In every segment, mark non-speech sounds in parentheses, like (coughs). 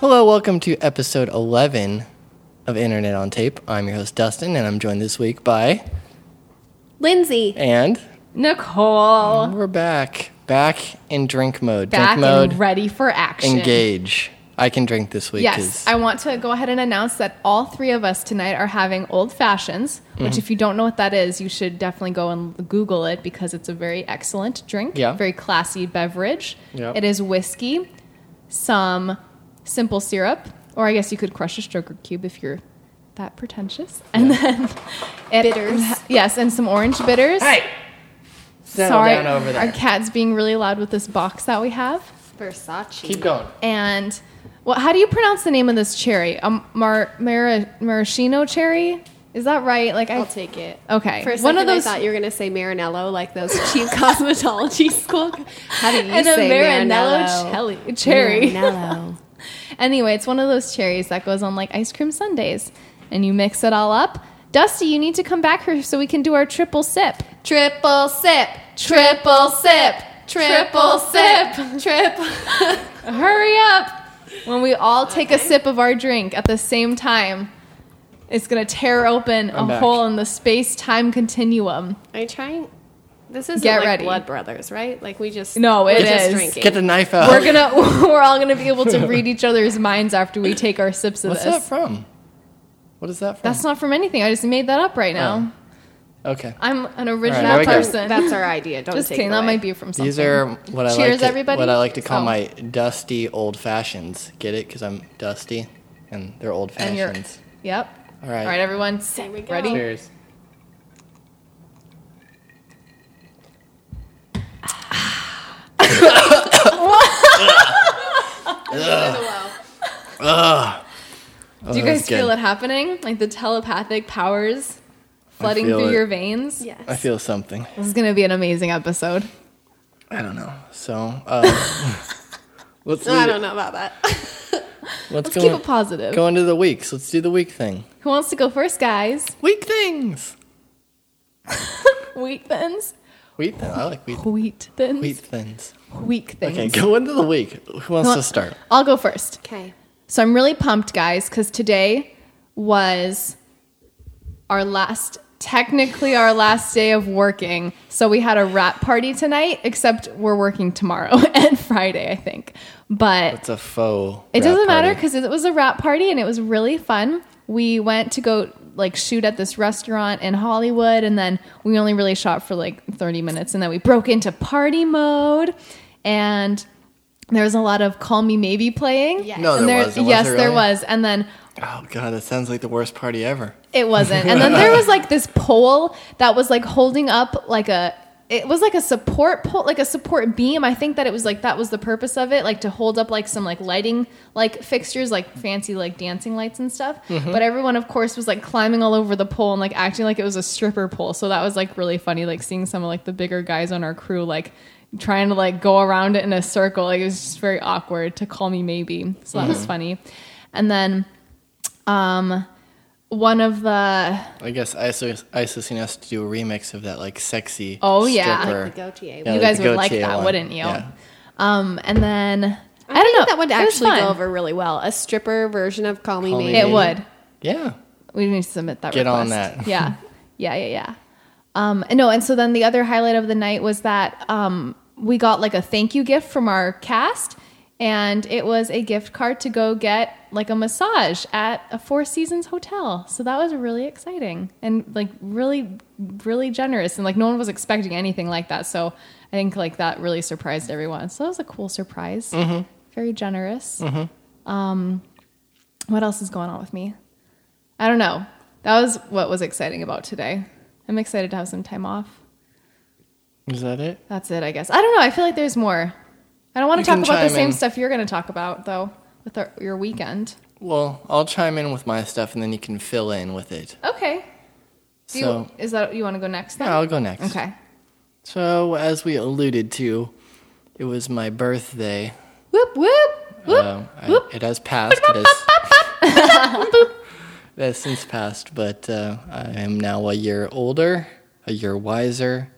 Hello, welcome to episode 11 of Internet on Tape. I'm your host, Dustin, and I'm joined this week by. Lindsay. And Nicole. we're back. Back in drink mode. Back drink mode. and ready for action. engage. I can drink this week. Yes, 'cause- I want to go ahead and announce that all three of us tonight are having old fashions, Mm-hmm. which, if you don't know what that is, you should definitely go and Google it because it's a very excellent drink, Yeah. very classy beverage. Yep. It is whiskey, some simple syrup, or I guess you could crush a sugar cube if you're that pretentious, and then it- Bitters. Yes, and some orange bitters. Hey! Settle Sorry, down over our there. cat's being really loud with this box that we have. Versace. Keep going. And well, how do you pronounce the name of this cherry? A mar- mara- maraschino cherry? Is that right? Like I I'll take it. Okay. For a One second, of those- I thought you were gonna say Marinello, like those cheap cosmetology school. (laughs) How do you (laughs) and a say Marinello chelly- cherry. (laughs) Marinello. anyway, it's one of those cherries that goes on like ice cream sundaes, and you mix it all up. Dusty, you need to come back here so we can do our triple sip. triple sip. Triple sip. Triple sip. Triple. (laughs) Hurry up! When we all take a sip of our drink at the same time, it's gonna tear open I'm a back. hole in the space-time continuum. Are you trying? This is Get like ready. Blood Brothers, right? Like we just No, we're it just is. drinking. Get the knife out. We're gonna (laughs) we're all gonna be able to read each other's minds after we take our sips of What's this. that from? What is that from? That's not from anything. I just made that up Oh. right now. okay. I'm an there original we go. person. That's our idea. Don't just take kidding. it That away. might be from something. These are what I Cheers, like to, everybody. what I like to call Oh. my dusty old fashions. Get it? Because I'm dusty, and they're old and you're. fashions. Yep. All right. All right, everyone. There we go. Ready? Cheers. Oh, Do you guys feel it happening? Like the telepathic powers flooding feel through it. your veins? Yes. I feel something. This is going to be an amazing episode. I don't know. So (laughs) uh, let's I don't know about that. (laughs) Let's, Let's go, keep in- it positive. go into the weeks. Let's do the week thing. Who wants to go first, guys? Week things. Wheat thins? Wheat. Thin. I like wheat. Wheat thins? Wheat thins. Wheat thins. Okay, go into the week. Who wants to start? I'll go first. Okay. So I'm really pumped, guys, because today was our last, technically our last day of working. So we had a wrap party tonight, except we're working tomorrow (laughs) and Friday, I think. But It's a faux. it wrap doesn't matter party. because it was a wrap party and it was really fun. We went to go like shoot at this restaurant in Hollywood and then we only really shot for like 30 minutes and then we broke into party mode and there was a lot of Call Me Maybe playing. Yes. No, And there, there- wasn't. was yes, there there really? was. And then Oh god, that sounds like the worst party ever. it wasn't. And then there was like this pole that was like holding up like a it was like a support pole, like a support beam. I think that it was like that was the purpose of it, like to hold up like some like lighting like fixtures, like fancy like dancing lights and stuff. But everyone of course was like climbing all over the pole and like acting like it was a stripper pole. So that was like really funny like seeing some of like the bigger guys on our crew like trying to like go around it in a circle. Like it was just very awkward to call me maybe. So that was funny. And then um one of the I guess ISIS, ISIS you know, has to do a remix of that like sexy. Oh, yeah. stripper. Like the Gautier one. Yeah, you like guys the would like Gautier that, one. wouldn't you? Yeah. Um, and then I, I, don't think know that would It was actually fun. go over really well. A stripper version of Call Me Call Me Maybe. It would. Yeah. We need to submit that. Get on request. that. (laughs) Yeah, yeah, yeah, yeah. Um, and no, and so then the other highlight of the night was that um, we got like a thank you gift from our cast, and it was a gift card to go get like a massage at a Four Seasons hotel. So that was really exciting and like really, really generous, and like no one was expecting anything like that. So I think like that really surprised everyone. So that was a cool surprise. Mm-hmm. Very generous. Um, what else is going on with me? I don't know. That was what was exciting about today. I'm excited to have some time off. Is that it? That's it, I guess. I don't know. I feel like there's more. I don't want You to talk can about the chime same in. stuff you're going to talk about, though, with our, your weekend. Well, I'll chime in with my stuff and then you can fill in with it. Okay. Do you, so is that you want to go next? Then? yeah, I'll go next. Okay. So as we alluded to, it was my birthday. Whoop whoop whoop. Um, I- whoop. it has passed. It has, (laughs) it has since passed, but uh, I am now a year older, a year wiser.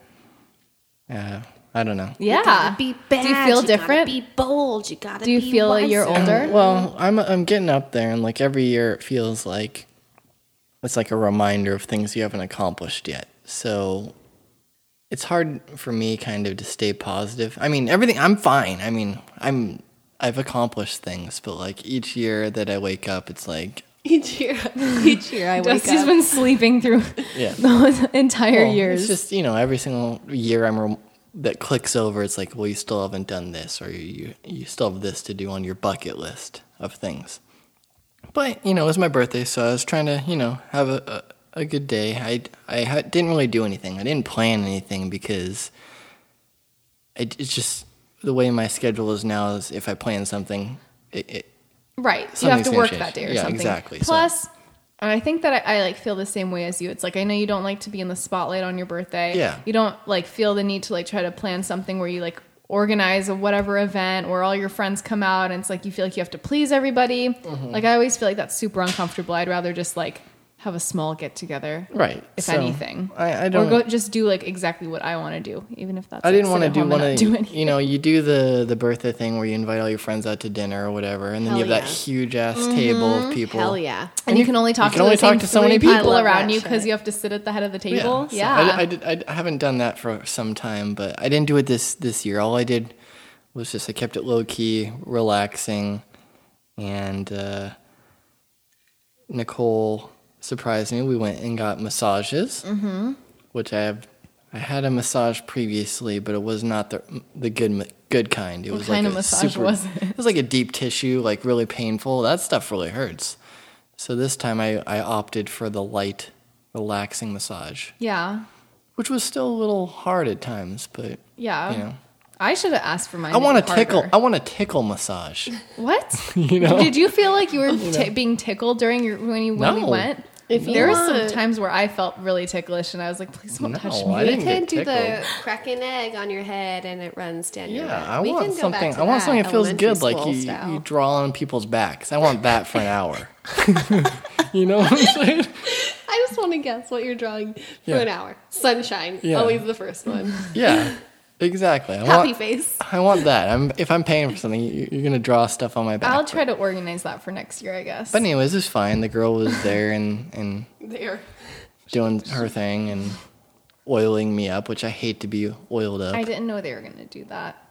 Uh, I don't know. Yeah. gotta be bad. Do you feel gotta different? be bold. You gotta. Do you be feel you're wiser. older? Well, I'm I'm getting up there, and like every year, it feels like it's like a reminder of things you haven't accomplished yet. So it's hard for me kind of to stay positive. I mean, everything I'm fine. I mean, I'm I've accomplished things, but like each year that I wake up, it's like (laughs) Each year, each year I wake Dusty's up. been sleeping through (laughs) Yeah. those entire Well, years. It's just you know every single year I'm rem- that clicks over. It's like, well, you still haven't done this, or you you still have this to do on your bucket list of things. But you know, it was my birthday, so I was trying to you know have a a, a good day. I I ha- didn't really do anything. I didn't plan anything because I, it's just the way my schedule is now. Is if I plan something, it, it Right. You have Something's to gonna work change. that day or Yeah, something. exactly. So- Plus, and I think that I, I like feel the same way as you. It's like I know you don't like to be in the spotlight on your birthday. Yeah. You don't like feel the need to like try to plan something where you like organize a whatever event where all your friends come out and it's like you feel like you have to please everybody. Mm-hmm. Like I always feel like that's super uncomfortable. I'd rather just like have a small get together. Right. If So, anything. I- I don't- or go just do like exactly what I want to do, even if that's I like, didn't want to sit at do home and one not of do the, (laughs) anything. you know you do the the birthday thing where you invite all your friends out to dinner or whatever, and then Hell you have that yeah. huge ass Mm-hmm. table of people. Hell yeah. and, you, can only talk you can to only the same talk to so many three people. people I love around that you because shit. you have to sit at the head of the Yeah. table. So Yeah, I, I, did, I, I haven't done that for some time, but I didn't do it this this year. All I did was just I kept it low key, relaxing, and uh, Nicole surprised me. We went and got massages, mm-hmm. which I have. I had a massage previously, but it was not the the good ma- good kind. It was kind like of a massage super- was it? was like a deep tissue, like really painful. That stuff really hurts. So this time I, I opted for the light, relaxing massage yeah, which was still a little hard at times, but yeah. You know. I should have asked for mine. I to be want a tickle. Oh. harder. I want a tickle massage. What? (laughs) You know? Did you feel like you (laughs) were ti being tickled during your when you when we No. went? If you there were some want- times where I felt really ticklish, and I was like, "Please don't No, touch I me." didn't You get can do the tickled. crack an egg on your head and it runs down your Yeah, back. I We want can go back something. to I want that something that feels elementary good, like school you, style. you draw on people's backs. I want that for an hour. (laughs) you know what I'm saying? I just want to guess what you're drawing for Yeah. an hour. Sunshine, Yeah. always the first one. Yeah, exactly. I Happy want, face. I want that. I'm, if I'm paying for something, you, you're gonna draw stuff on my back. I'll try to organize that for next year, I guess. but anyways, it's fine. The girl was there and and There. doing her thing and oiling me up, which I hate to be oiled up. I didn't know they were going to do that.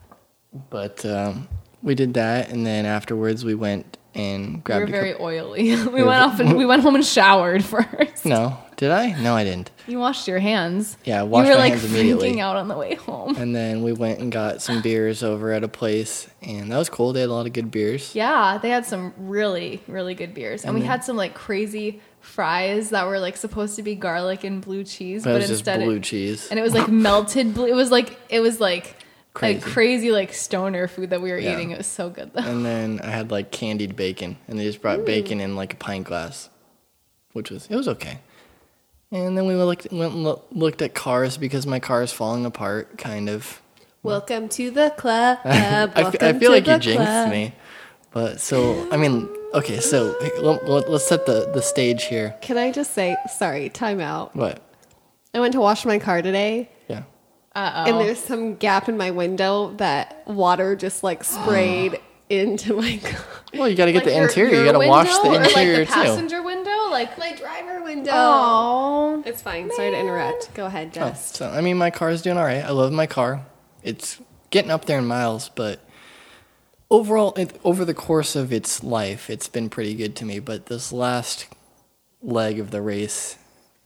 But um, we did that, and then afterwards we went and We were grabbed. very a oily. (laughs) we were went ve- off and we went home and showered (laughs) first. couple- no, did I? No, I didn't. You washed your hands. Yeah, I washed you were my like hands immediately. freaking out on the way home. And then we went and got some beers over at a place, and that was cool. They had a lot of good beers. Yeah, they had some really, really good beers. And we had some like crazy fries that were like supposed to be garlic and blue cheese, but it but was just instead blue it, cheese. and it was like melted blue. It was like it was like Crazy. a crazy like stoner food that we were Yeah. eating. It was so good though. And then I had like candied bacon, and they just brought bacon in like a pint glass, which was it was okay. And then we looked went and loo- looked at cars because my car is falling apart, kind of. Welcome to the club. I (laughs) I, f- I feel like you jinxed me. But so, I mean, okay, so let, us set the, the stage here. Can I just say, sorry, time out. What? I went to wash my car today Yeah. Uh and oh. there's some gap in my window that water just (gasps) like sprayed into my car. (laughs) Well, you got to get the interior. you got to wash the interior like the too. passenger window, like My driver window. oh, It's fine. Sorry to interrupt. Go ahead, Oh, Jess. so, I mean, my car is doing all right. I love my car. It's getting up there in miles, but overall, it, over the course of its life, it's been pretty good to me. But this last leg of the race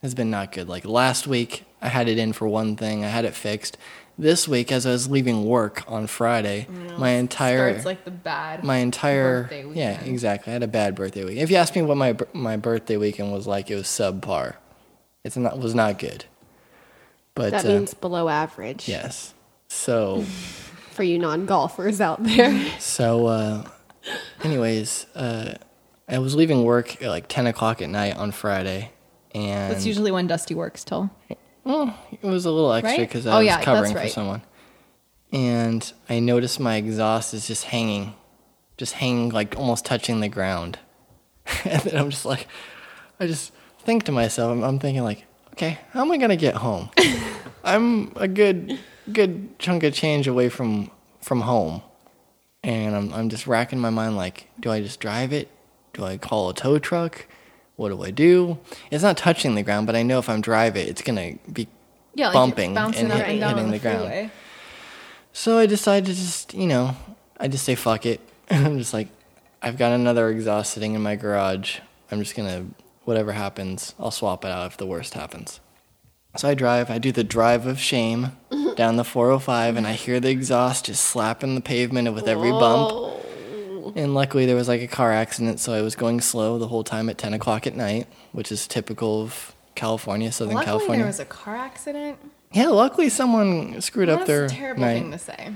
has been not good. Like last week, I had it in for one thing, I had it fixed. This week, as I was leaving work on Friday, my entire Mm, starts like the bad. my entire birthday yeah weekend. exactly. I had a bad birthday week. If you ask me what my bir- my birthday weekend was like, it was subpar. It's not was not good. But That uh, means below average yes. So for you non golfers out there. (laughs) so uh, anyways, uh, I was leaving work at like ten o'clock at night on Friday, and That's usually when Dusty works till. Well, it was a little extra Right? because Oh, I was yeah, that's covering for right. someone. And I noticed my exhaust is just hanging, just hanging, like almost touching the ground. (laughs) and then I'm just like, I just (laughs) think to myself, I'm, I'm thinking, like, okay, how am I going to get home? I'm a good good chunk of change away from from home, and I'm I'm just racking my mind like, do I just drive it? Do I call a tow truck? What do I do? It's not touching the ground, but I know if I'm drive it, it's gonna be Yeah, like bumping bouncing and up hit- and down hitting on the, the ground. freeway. So I decided to just, you know, I just say fuck it. (laughs) I'm just like, I've got another exhaust sitting in my garage. I'm just gonna, whatever happens, I'll swap it out if the worst happens. So I drive, I do the drive of (laughs) shame down the 405, and I hear the exhaust just slapping the pavement with every bump. And luckily, there was like a car accident, so I was going slow the whole time at 10 o'clock at night, which is typical of California, Southern Luckily, California. there was a car accident. yeah, luckily, someone screwed up That's their a terrible night. thing to say.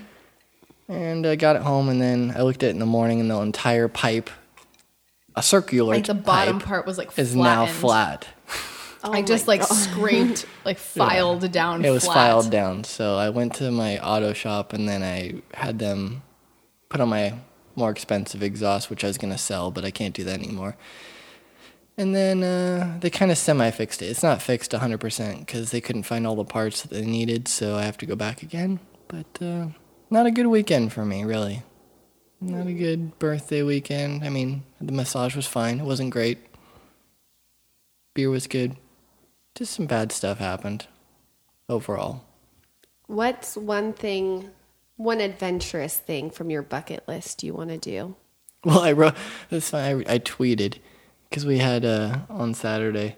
And I got it home, and then I looked at it in the morning, and the entire pipe, a circular Like the bottom pipe, part was like is now flattened. flat. I just like scraped, (laughs) like filed down. It was flat. filed down. So I went to my auto shop, and then I had them put on my more expensive exhaust, which I was going to sell, but I can't do that anymore. And then uh, they kind of semi fixed it. It's not fixed 100% because they couldn't find all the parts that they needed, so I have to go back again. But uh, not a good weekend for me, really. Not a good birthday weekend. I mean, the massage was fine, it wasn't great. Beer was good. Just some bad stuff happened overall. (laughs) What's one thing, one adventurous thing from your bucket list you want to do? Well, I wrote this. I I tweeted because we had uh, on Saturday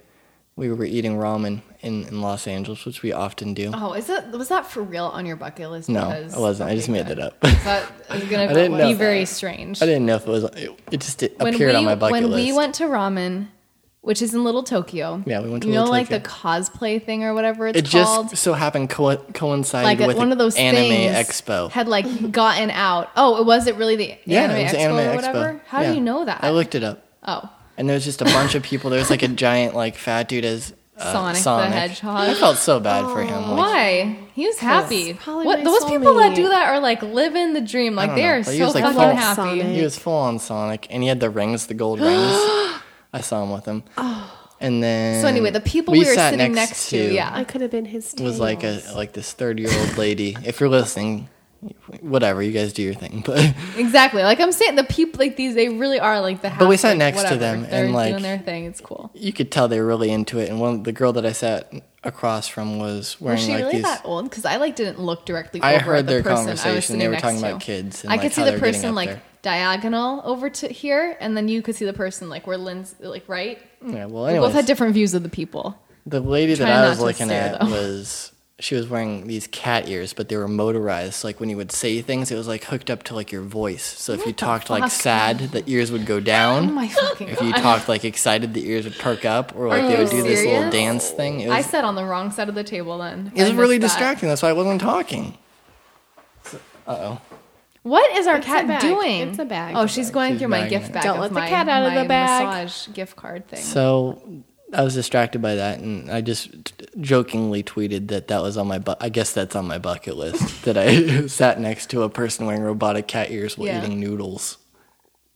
we were eating ramen in, in Los Angeles, which we often do. Oh, is that was that for real on your bucket list? no, Because- it wasn't. I okay, just made good. that up. (laughs) That is gonna I didn't be know. very strange. I didn't know if it was. It, it just it when appeared we, on my bucket when list. we went to ramen, which is in Little Tokyo. Yeah, we went to You know, Little like Tokyo. the cosplay thing or whatever it's it called. just so happened co- coincided like uh, with one an of those anime things expo. had (laughs) like gotten out. Oh, it was it really the yeah, anime it was expo an anime or whatever? expo. How Yeah. do you know that? I looked it up, oh, and there was just a bunch of people. There was (laughs) like a giant, like fat dude as uh, Sonic the Hedgehog. I felt so bad for him. Like, why? He was happy. probably What my those people that soulmate. do that are like living the dream. Like don't they know, are but he so was, like, fucking full- happy. Sonic. He was full on Sonic, and he had the rings, the gold (gasps) rings. I saw him with him. And then, Oh. So anyway, the people we, were sat sitting next to, yeah, I could have been his. Tail. was like a like this thirty year old lady. (laughs) If you're listening, whatever you guys do your thing, but (laughs) exactly. Like I'm saying, the people like these, they really are like the. Half, we sat like, next to whatever. them and, They're like- doing their thing. It's cool. you could tell they were really into it. And one, the girl that I sat across from was wearing Was she like really these. that old? Because I like didn't look directly. I over heard at the their person I was conversation. They sitting were next talking to. about kids and, I like, could see how the they were getting person up like there. diagonal over to here, and then you could see the person like where Lynn's like right. Yeah. Well, We both anyways, had different views of the people. the lady that Try I not was to looking stare, at though. was. She was wearing these cat ears, but they were motorized. So, like when you would say things, it was like hooked up to like your voice. So if you talked like fuck? sad, the ears would go down. Oh my fucking If you God. talked like excited, the ears would perk up, or like they you would do this little serious? dance thing. It I was, sat on the wrong side of the table then. it was I really missed that. distracting. That's why I wasn't talking. What is our It's a cat bag. doing? It's a bag. Oh, she's going She's through my bagging gift it. bag. Don't of let the my- cat out of the my bag. Massage gift card thing. So I was distracted by that, and I just t- jokingly tweeted that that was on my. Bu- I guess that's on my bucket (laughs) list that I (laughs) sat next to a person wearing robotic cat ears while Yeah. eating noodles.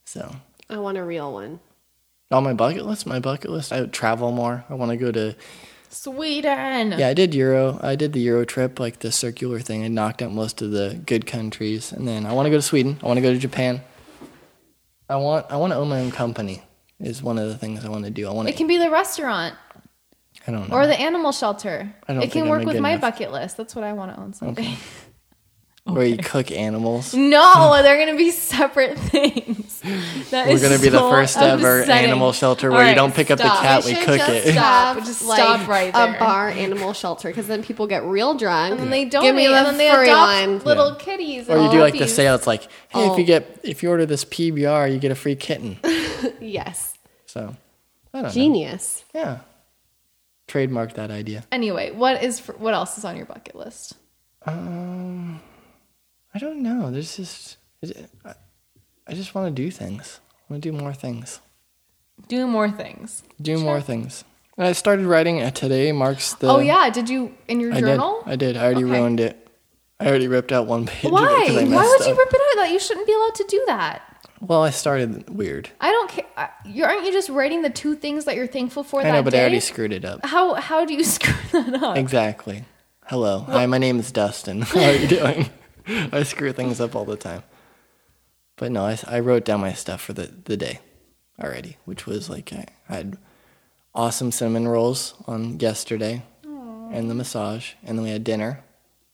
So I want a real one. on my bucket list, my bucket list, I would travel more. I want to go to Sweden. Yeah, I did Euro. I did the Euro trip, like the circular thing. I knocked out most of the good countries, and then I want to go to Sweden. I want to go to Japan. I want. I want to own my own company. Is one of the things I want to do. I want It to. can be the restaurant I don't know. or the animal shelter. I don't think it can I'm work a with good my enough- bucket list. That's what I want to own someday. Where you cook animals. (laughs) No, they're gonna be separate (laughs) things. That We're is gonna be the so first ever upsetting. animal shelter All where you right, don't pick up the stop. cat, We we should cook just it. Stop. Have, Just stop like, right A there. bar animal shelter because then people get real drunk And they Give donate, me the and then they furry adopt one. little kitties. Or and you do like the puppies. sale. It's like, hey, if Oh. you get if you order this PBR, you get a free kitten. Yes, So, I don't genius. know. Yeah, trademark that idea. Anyway, what is for, what else is on your bucket list? Um, I don't know. There's just is it- I, I just want to do things. I want to do more things. Do more things. Do more things. And I started writing uh, today. Marks the oh yeah, did you in your I journal? did. I did. I already Okay. ruined it. I already ripped out one page. Of Why? it 'cause I Why messed would you up. rip it out? That you shouldn't be allowed to do that. well, I started weird. I don't care. uh, You aren't you just writing the two things that you're thankful for I that know, but day? (laughs) I already screwed it up. how how do you screw that up? Exactly. Hello. Hi, my name is Dustin. (laughs) How are you doing? I screw things up all the time. But no, I, I wrote down my stuff for the, the day already, which was like I, I had awesome cinnamon rolls on yesterday and the massage. And then we had dinner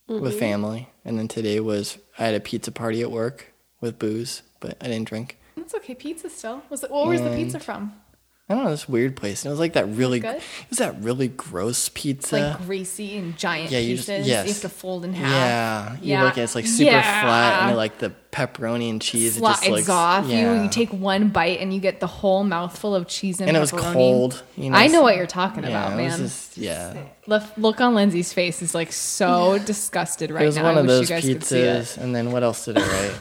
Mm-hmm. with family. And then today was I had a pizza party at work with booze, but I didn't drink. That's okay. Pizza still. Was it? Well, where's the pizza from? I don't know, this weird place. And it was like that really Good? it was that really gross It's pizza. like greasy and giant uh, Yeah, you pieces. just- yes. You have to fold in half. Yeah, you Yeah. look at it's like super Yeah. flat, and then, like the pepperoni and cheese it Slides just looks off. You, yeah. you take one bite and you get the whole mouthful of cheese and, and it was pepperoni. cold. You know, I know so- what you're talking yeah, about, it was man. just- yeah, The look on Lindsay's face is like so disgusted right it was now. one I of wish those you guys could see it. pizzas. And then what else did I (laughs) write?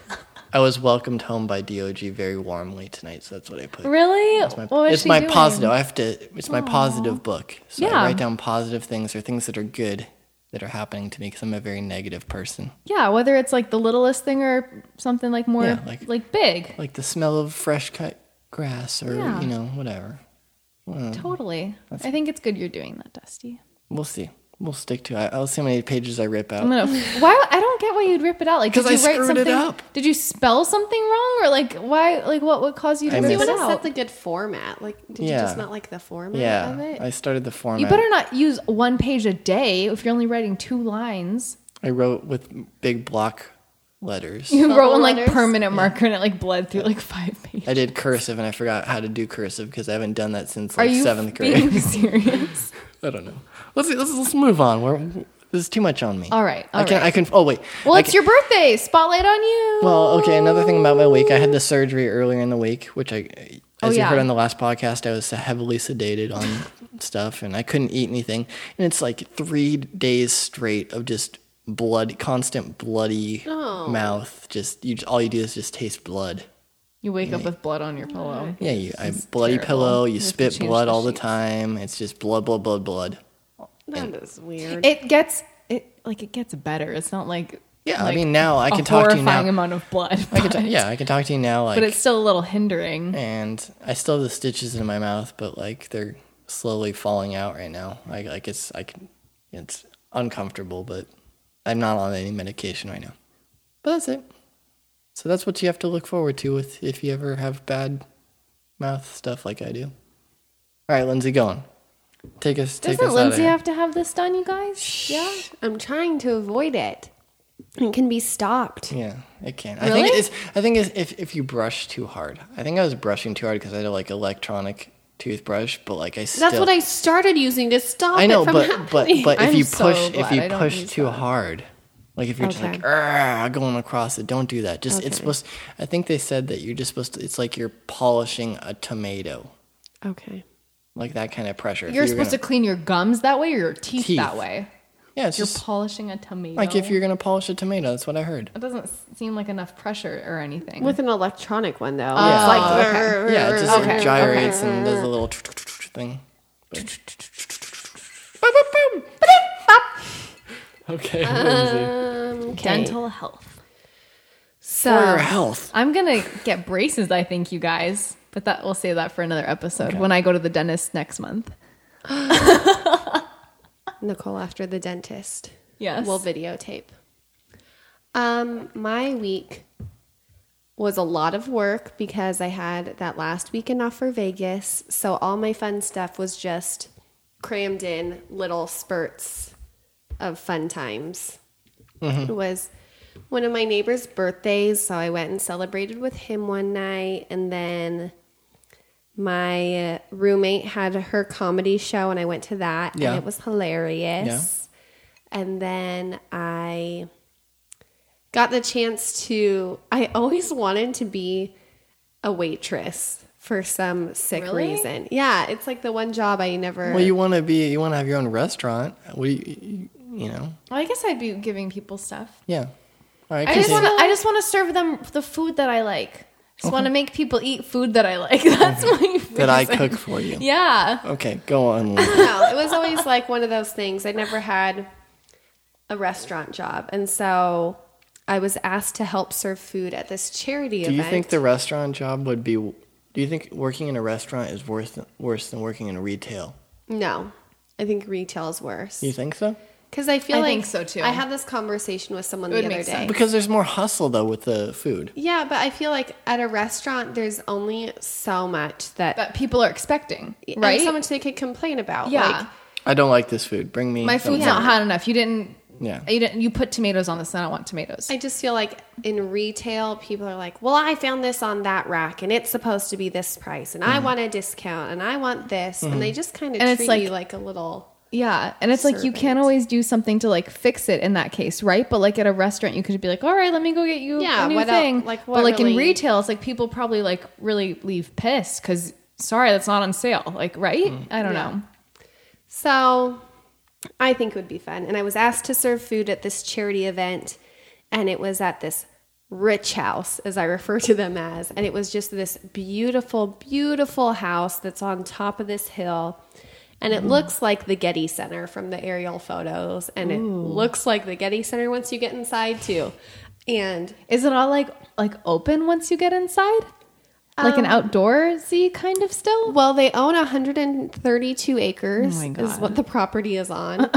I was welcomed home by Dog very warmly tonight, so that's what I put. Really? It's my, what was it's she my doing? positive. I have to. It's my positive book. So Yeah. I write down positive things or things that are good that are happening to me because I'm a very negative person. Yeah, whether it's like the littlest thing or something like more Yeah, like, like- big. Like the smell of fresh cut grass, or Yeah. you know, whatever. Um, Totally. I think it's good you're doing that, (laughs) Dusty. We'll see. We'll stick to it. I'll see how many pages I rip out. I'm gonna. why? I don't get why you'd rip it out. Like, did 'Cause you I write screwed it something? up. Did you spell something wrong, or like why? Like, what would cause you to I rip You missed- it want to out? set the good format. Like, did you Yeah. just not like the format of yeah, it? I started the format. you better not use one page a day if you're only writing two lines. I wrote with big block letters. You Bubble wrote one like letters? permanent marker, and it like bled through like five pages. I did cursive, and I forgot how to do cursive because I haven't done that since Are like you seventh grade. (laughs) being (laughs) serious? I don't know. Let's let's, let's move on. We're, there's too much on me. All right, I all can right. I can. Oh wait. Well, I it's can- your birthday. Spotlight on you. Well, okay. Another thing about my week, I had the surgery earlier in the week, which I, as Oh, you yeah. heard on the last podcast, I was heavily sedated on (laughs) stuff, and I couldn't eat anything. And it's like three days straight of just blood, constant bloody Oh. mouth. Just you, all you do is just taste blood. You wake up with blood on your pillow. Yeah, you I bloody terrible. pillow. You You have to spit change blood the all the sheets. time. It's just blood, blood, blood, blood. That is weird. It gets it like it gets better. It's not like Yeah, I like, mean, now I a can talk to you now. horrifying amount of blood. I can but- t- yeah, I can talk to you now. Like, but it's still a little hindering. and I still have the stitches in my mouth, but like they're slowly falling out right now. Like like it's I can it's uncomfortable, but I'm not on any medication right now. But that's it. So that's what you have to look forward to with if you ever have bad mouth stuff like I do. All right, Lindsay, go on. Take us. Take Doesn't us out of Lindsay here. have to have this done, you guys? Yeah. I'm trying to avoid it. It can be stopped. Yeah, it can. I Really? think it's. I think it's if if you brush too hard. I think I was brushing too hard because I had a like electronic toothbrush, but like I still. That's what I started using to stop. I know, it from but happening. (laughs) but but if I'm you so push if glad I you don't push use too that. hard, like if you're just like Okay. "Argh," going across it, don't do that. Just it's Okay. supposed. I think they said that you're just supposed to. It's like you're polishing a tomato, okay. like that kind of pressure. If You're supposed to clean your gums that way or your teeth, Teeth. that way. gonna- Yeah, it's You're just polishing a tomato. like if you're gonna polish a tomato. That's what I heard. It doesn't s- seem like enough pressure or anything. With an electronic one though, Yeah. it's like Yeah, it just Okay, gyrates and does a little thing. Okay, Uh, Lindsay. okay. dental health. (laughs) For your (laughs) So health. I'm gonna get braces, I think, you guys. But that we'll save that for another episode when I go to the dentist next month. Nicole after the dentist. Yes. We'll videotape. Um, my week was a lot of work because I had that last weekend off for Vegas. So all my fun stuff was just crammed in little spurts of fun times. It was one of my neighbor's birthdays, so I went and celebrated with him one night and then my uh, roommate had her comedy show and I went to that Yeah. and it was hilarious. And then I got the chance to I always wanted to be a waitress for some sick Really? reason. Yeah, it's like the one job I never (laughs) Well, you want to be. You want to have your own restaurant. What do you? You know. I guess I'd be giving people stuff. Yeah. All right. I just continue. want to. I just want to serve them the food that I like. Just want to make people eat food that I like. (laughs) That's my that (laughs) I reason. cook for you. Yeah. Okay, go on. Lindsay. no, it was always like one of those things. I never had a restaurant job, and so I was asked to help serve food at this charity Do event. you think the restaurant job would be? Do you think working in a restaurant is worse than, worse than working in retail? no? I think retail's worse. You think so? Because I feel I like think so, too. I had this conversation with someone It the would other make day. sense. Because there's more hustle though with the food. Yeah, but I feel like at a restaurant, there's only so much that, that people are expecting, and right? so much they could complain about. yeah. Like, I don't like this food. Bring me My something food's not else. hot enough. You didn't. Yeah. You didn't. You put tomatoes on this, and I don't want tomatoes. I just feel like in retail, people are like, well, I found this on that rack and it's supposed to be this price and I want a discount and I want this. And they just kind of Mm. And treat it's like- you like a little. yeah, and it's like you can't Servant. always do something to like fix it in that case, right? But like at a restaurant, you could be like, "All right, let me go get you Yeah, a new what el- thing." like, what but like in really- retail, it's like people probably like really leave pissed because sorry, that's not on sale. Like, right? I don't Mm. Yeah. know. So I think it would be fun. And I was asked to serve food at this charity event, and it was at this rich house, as I refer to them as. And it was just this beautiful, beautiful house that's on top of this hill. And it looks like the Getty Center from the aerial photos. And it looks like the Getty Center once you get inside, too. And Is it all like like open once you get inside? Like an Um, outdoorsy kind of still? Well, they own 132 acres, Oh my is God. what the property (laughs) is on.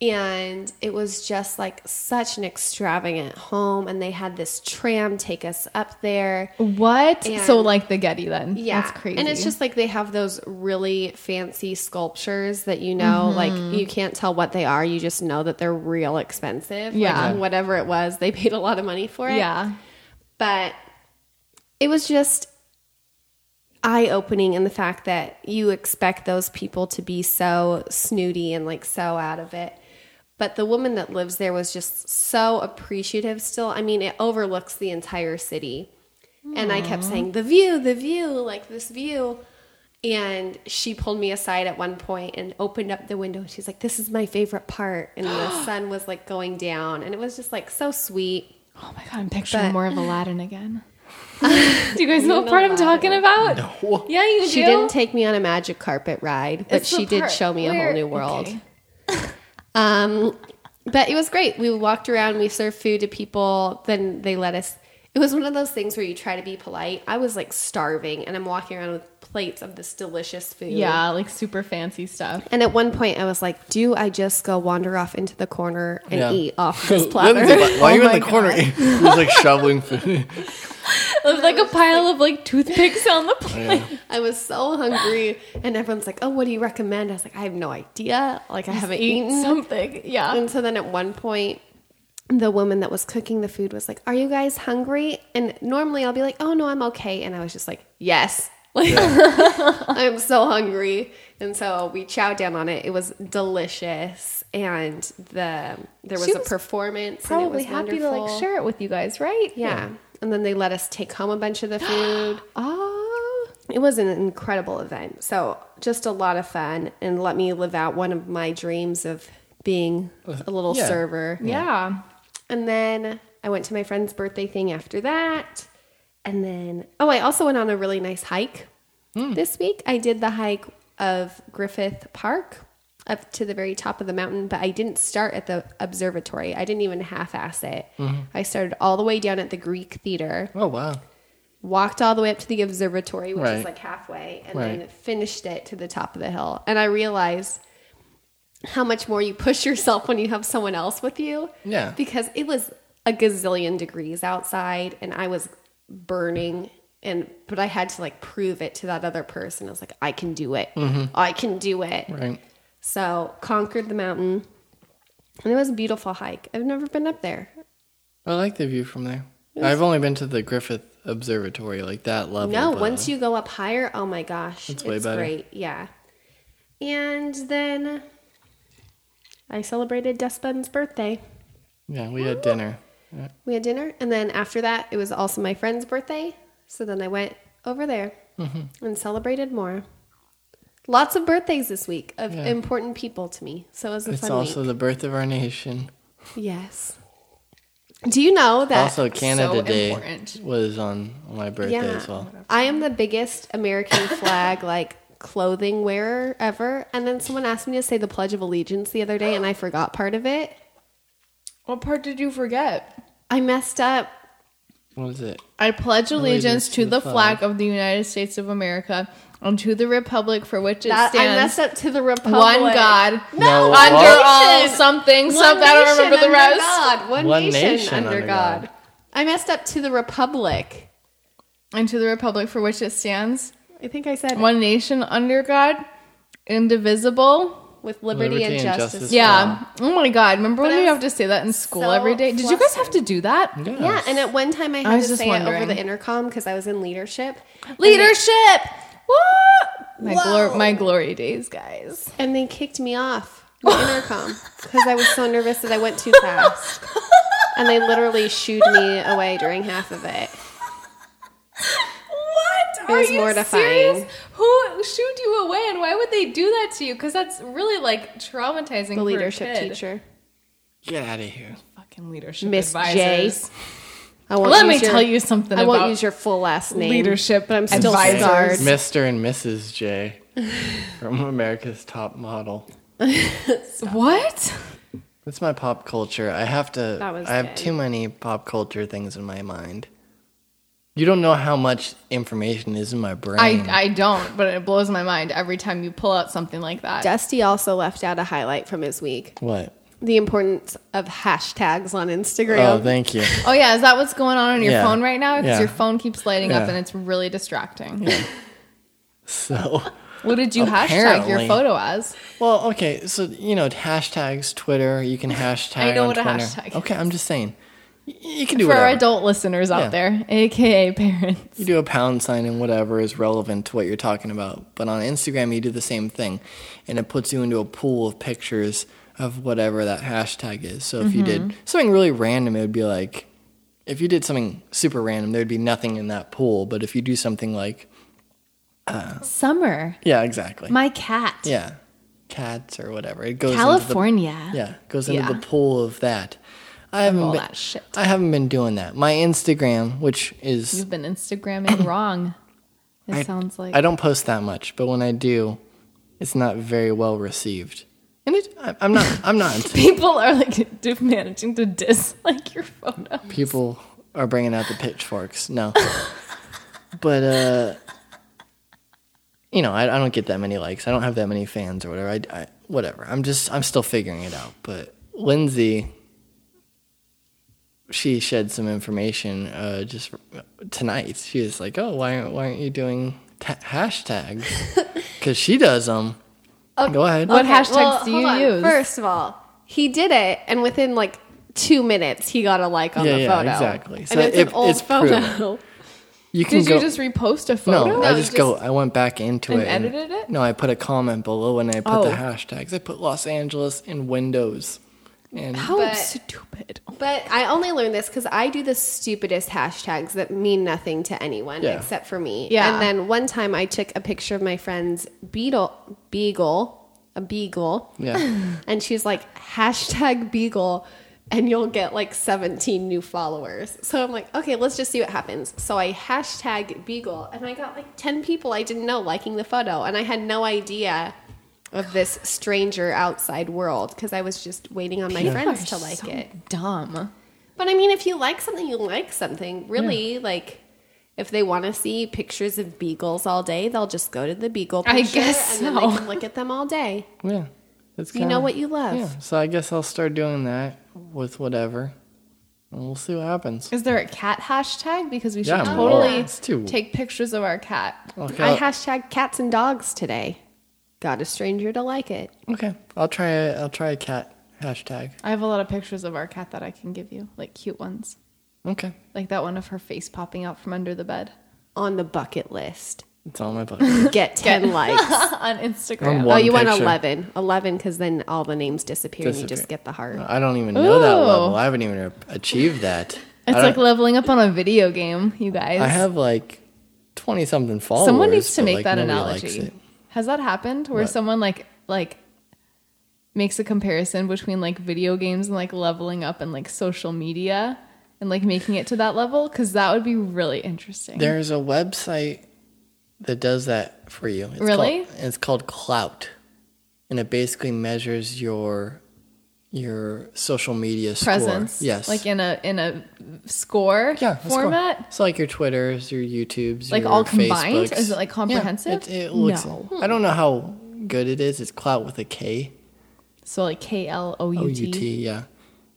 and it was just like such an extravagant home. And they had this tram take us up there. What? And- so like the Getty then? Yeah. that's crazy. And it's just like they have those really fancy sculptures that you know, Mm-hmm. like you can't tell what they are. You just know that they're real expensive. Like, Yeah. whatever it was, they paid a lot of money for it yeah. but it was just eye opening in the fact that you expect those people to be so snooty and like so out of it. But the woman that lives there was just so appreciative still. I mean, it overlooks the entire city. And I kept saying, the view, the view, like this view. And she pulled me aside at one point and opened up the window. She's like, this is my favorite part. And the sun was like going down. And it was just like so sweet. Oh my god, I'm picturing But- more of Aladdin (laughs) again. do you guys know what part I'm talking about? (laughs) No. (laughs) Yeah, you She do. didn't take me on a magic carpet ride, but It's the she did part show me a whole where- new world. okay. (laughs) Um, but it was great. We walked around, we served food to people, then they let us. It was one of those things where you try to be polite. I was like starving, and I'm walking around with plates of this delicious food. Yeah, like super fancy (laughs) stuff. And at one point, I was like, "Do I just go wander off into the corner and Yeah. eat off (laughs) this Lindsay, platter?" why- why are you in Oh the my corner? (laughs) God. He's like shoveling food. It was like a pile of like toothpicks on the plate. (laughs) I was so hungry, and everyone's like, "Oh, what do you recommend?" I was like, "I have no idea. Like, I haven't Eat eaten." something. Yeah. And so then at one point, the woman that was cooking the food was like, Are you guys hungry? And normally I'll be like, Oh, no, I'm okay. And I was just like, Yes. (laughs) Like, I'm so hungry. And so we chowed down on it. It was delicious. And the there was, She a was performance. and it Probably was happy to wonderful. like share it with you guys, right? Yeah. And then they let us take home a bunch of the food. Oh. it was an incredible event. So just a lot of fun and let me live out one of my dreams of being a little yeah. server. Yeah. And then I went to my friend's birthday thing after that. And then, oh, I also went on a really nice hike this week. I did the hike of Griffith Park up to the very top of the mountain, but I didn't start at the observatory. I didn't even half ass it. I started all the way down at the Greek Theater, Oh wow. walked all the way up to the observatory, which is Right. like halfway, and Right. then finished it to the top of the hill. And I realized how much more you push yourself when you have someone else with you. Yeah. Because it was a gazillion degrees outside and I was burning and but I had to like prove it to that other person. I was like, I can do it. I can do it. Mm-hmm. Right. So conquered the mountain. And it was a beautiful hike. I've never been up there. I like the view from there. I've only been to the Griffith Observatory, like that level. No, but- once you go up higher, oh my gosh, It's it's, way better. great. Yeah. And then I celebrated Dustbun's birthday. Yeah, we had dinner. We had dinner, and then after that, it was also my friend's birthday. So then I went over there Mm-hmm. and celebrated more. Lots of birthdays this week of Yeah. important people to me. So it was a It's fun also week. the birth of our nation. Yes. Do you know that? also, Canada so Day important. was on my birthday yeah, as well. I am the biggest (laughs) American flag like clothing wearer ever. And then someone asked me to say the Pledge of Allegiance the other day, and I forgot part of it. What part did you forget? I messed up. What is it? I pledge allegiance to the flag. flag of the United States of America and to to the republic for which it That, I stands. messed up to the republic. One God. No, Under what? all Nation. something, One something. I don't nation remember the under rest. God. One, One nation, nation under, under God. God. I messed up to the republic. And to the republic for which it stands. I think I said One nation under God, indivisible. with liberty, Liberty and and justice. justice. Yeah. Oh my God. Remember But when I we was have to say that in school so every day? Did you guys have to flustered. do that? Yes. Yeah, and at one time I had I was to just say it over wondering. the intercom because I was in leadership. Leadership. Woo! My, Whoa. glor- my glory days, (laughs) guys. And they kicked me off (laughs) the intercom because I was so nervous that I went too fast. And they literally shooed me away during half of it. What? It Are was you mortifying. serious? Who shooed you away, and why would they do that to you? Because that's really like traumatizing. The for a leadership kid. teacher, Get out of here. fucking leadership Miss J. advisors. I won't Let me use your- tell you something. I won't about use your full last name. leadership, but I'm still advisors. scarred. Mr. and Mrs. J from America's Top Model. What? That's my pop culture. I have to. That was I have good. too many pop culture things in my mind. You don't know how much information is in my brain. I, I don't, but it blows my mind every time you pull out something like that. Dusty also left out a highlight from his week: what? the importance of hashtags on Oh, Instagram. thank you. (laughs) Oh yeah, is that what's going on on your Yeah. phone right now? Because Yeah. your phone keeps lighting up Yeah. and it's really distracting. So, What did you hashtag your Apparently. photo as? well, okay. So you know, hashtags, Twitter. You can hashtag. (laughs) I know on what a Twitter. hashtag Okay, I'm just saying. Y- You can do For our whatever. adult listeners out Yeah. there, aka parents. You do a pound sign and whatever is relevant to what you're talking about. But on Instagram, you do the same thing, and it puts you into a pool of pictures of whatever that hashtag is. So if you Mm-hmm. did something really random, it would be like, if you did something super random, there'd be nothing in that pool. But if you do something like, Summer. yeah, exactly, My cat. yeah, cats or whatever, it goes into the- California. yeah, goes into Yeah. the pool of that. I haven't all been, that shit. I haven't been doing that. My Instagram, which is You've (coughs) been Instagramming wrong. It I- sounds like I don't post that much, but when I do, it's not very well received. And it, I, I'm not. I'm not. (laughs) people are like (laughs) d- managing to dislike your photo. People are bringing out the pitchforks. (laughs) No, but uh, you know, I, I don't get that many likes. I don't have that many fans or whatever. I, I whatever. I'm just. I'm still figuring it out. But Lindsay, she shed some information uh, just tonight. She was like, "Oh, why aren't why aren't you doing ta- (laughs) hashtags? Because she does them." Oh, Go ahead. What hashtags do hold you on. use? First of all, he did it, and within like two minutes, he got a like on Yeah, the yeah, photo. exactly. So and it's it- an old it's photo. (laughs) You can Did go. you just repost a no, photo? I just, go. I went back into and it. and- edited it? No, I put a comment below and I put the Oh. hashtags. I put Los Angeles and Windows. And How But- stupid. Oh But I only learned this because I do the stupidest hashtags that mean nothing to anyone Yeah. except for me. Yeah. And then one time I took a picture of my friend's beetle, beagle, a beagle, yeah, (laughs) and she's like, hashtag beagle, and you'll get like 17 new followers. So I'm like, okay, let's just see what happens. So I hashtag beagle, and I got like 10 people I didn't know liking the photo, and I had no idea of this stranger outside world because I was just waiting on my friends to like it. Dumb. But I mean, if you like something, you like something. Really, like if they want to see pictures of beagles all day, they'll just go to the beagle picture I guess and then so. they can look at them all day. yeah. That's You know what you love. Yeah. So I guess I'll start doing that with whatever, and we'll see what happens. Is there a cat hashtag? Because we should Yeah, more. totally It's too- take pictures of our cat. Okay. I I'll- hashtag cats and dogs today. Got a stranger to like it. okay. I'll try. A, I'll try a cat hashtag. I have a lot of pictures of our cat that I can give you, like cute ones. Okay. Like that one of her face popping out from under the bed (laughs) On the bucket list. It's on my bucket. Get 10 likes. on Instagram. On oh, One you want picture. 11. 11 because then all the names disappear, and you Disappear. just get the heart. I don't even know that Ooh. level. I haven't even achieved that. I It's don't- like leveling up on a video game, you guys. I have like twenty something followers. someone needs to but, make like, that nobody likes analogy. it. Has that happened where What? someone like like makes a comparison between like video games and like leveling up and like social media and like making it to that level? Because that would be really interesting. There's a website that does that for you. It's Really? Called, it's called Clout, and it basically measures your your social media score. presence. Yes. Like in a in a score yeah, a score. format. So like your Twitters, your YouTubes, Like your all combined? Facebooks. Is it, like, Yeah, comprehensive? it, it looks. No. I don't know how good it is. It's clout with a K. So like K L O O U U T. T. Yeah,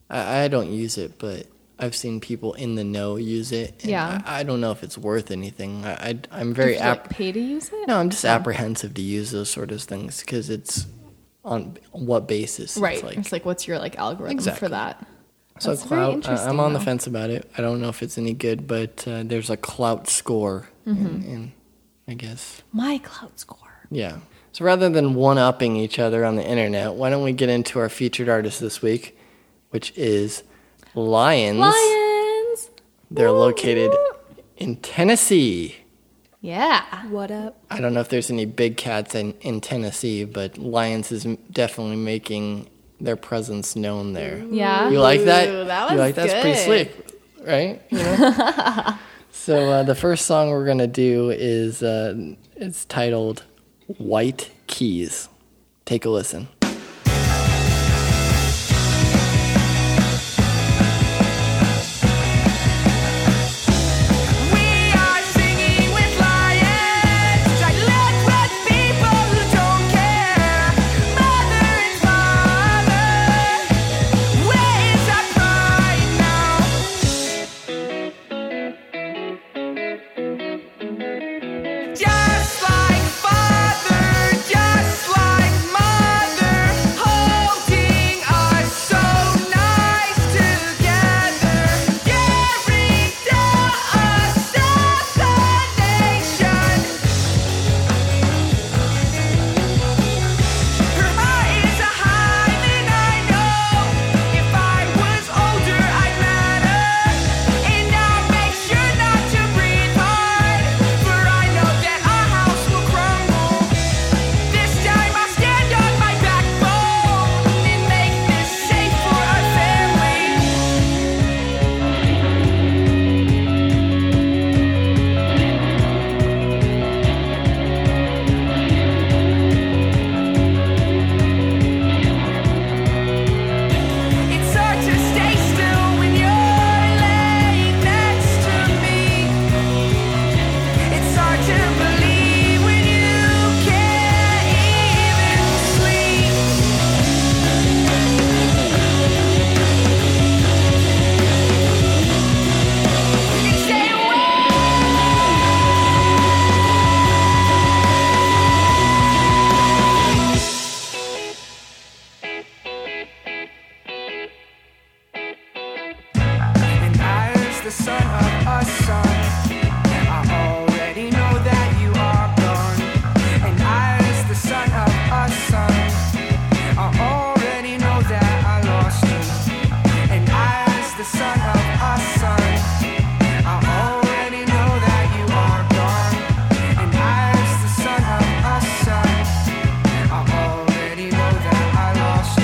I, I don't use it, but I've seen people in the know use it. and Yeah. I, I don't know if it's worth anything. I, I I'm very Like app. pay to use it. No, I'm just apprehensive to use those sort of things because it's on what basis. right. It's It's like, like, what's your like algorithm Exactly. for that? so That's very clout. I, interesting, I'm on the though. fence about it. I don't know if it's any good, but uh, there's a clout score, Mm-hmm. in, in, I guess. My cloud score. Yeah. So rather than one upping each other on the internet, why don't we get into our featured artist this week, which is Lions. Lions. They're located in Tennessee. Yeah. What up? I don't know if there's any big cats in, in Tennessee, but Lions is m- definitely making their presence known there. Yeah. You like that? Ooh, that you was like that's pretty good. slick, right? You (laughs) know? so uh, the first song we're gonna do is uh, it's titled "White Keys." Take a listen. We are singing with lions, giant red people who don't care. Mother and father, where is our pride now? Just like father, just like mother, holding us so nice together, caring us as a nation. Her eyes are high, and I know if I was older, I'd matter. And I make sure not to breathe hard, for I know that our house will crumble. This time I'll stand on my backbone and make this safe for our family. It's hard to stay still when you're laying next to me. It's hard to believe when you can't even sleep. It's a And I urge the son of a son. And I already know that you are gone. And I urge the son of a son. I already know that I lost you. And I urge the son of a son. I already know that you are gone. And I urge the son of a son. I already know that I lost you.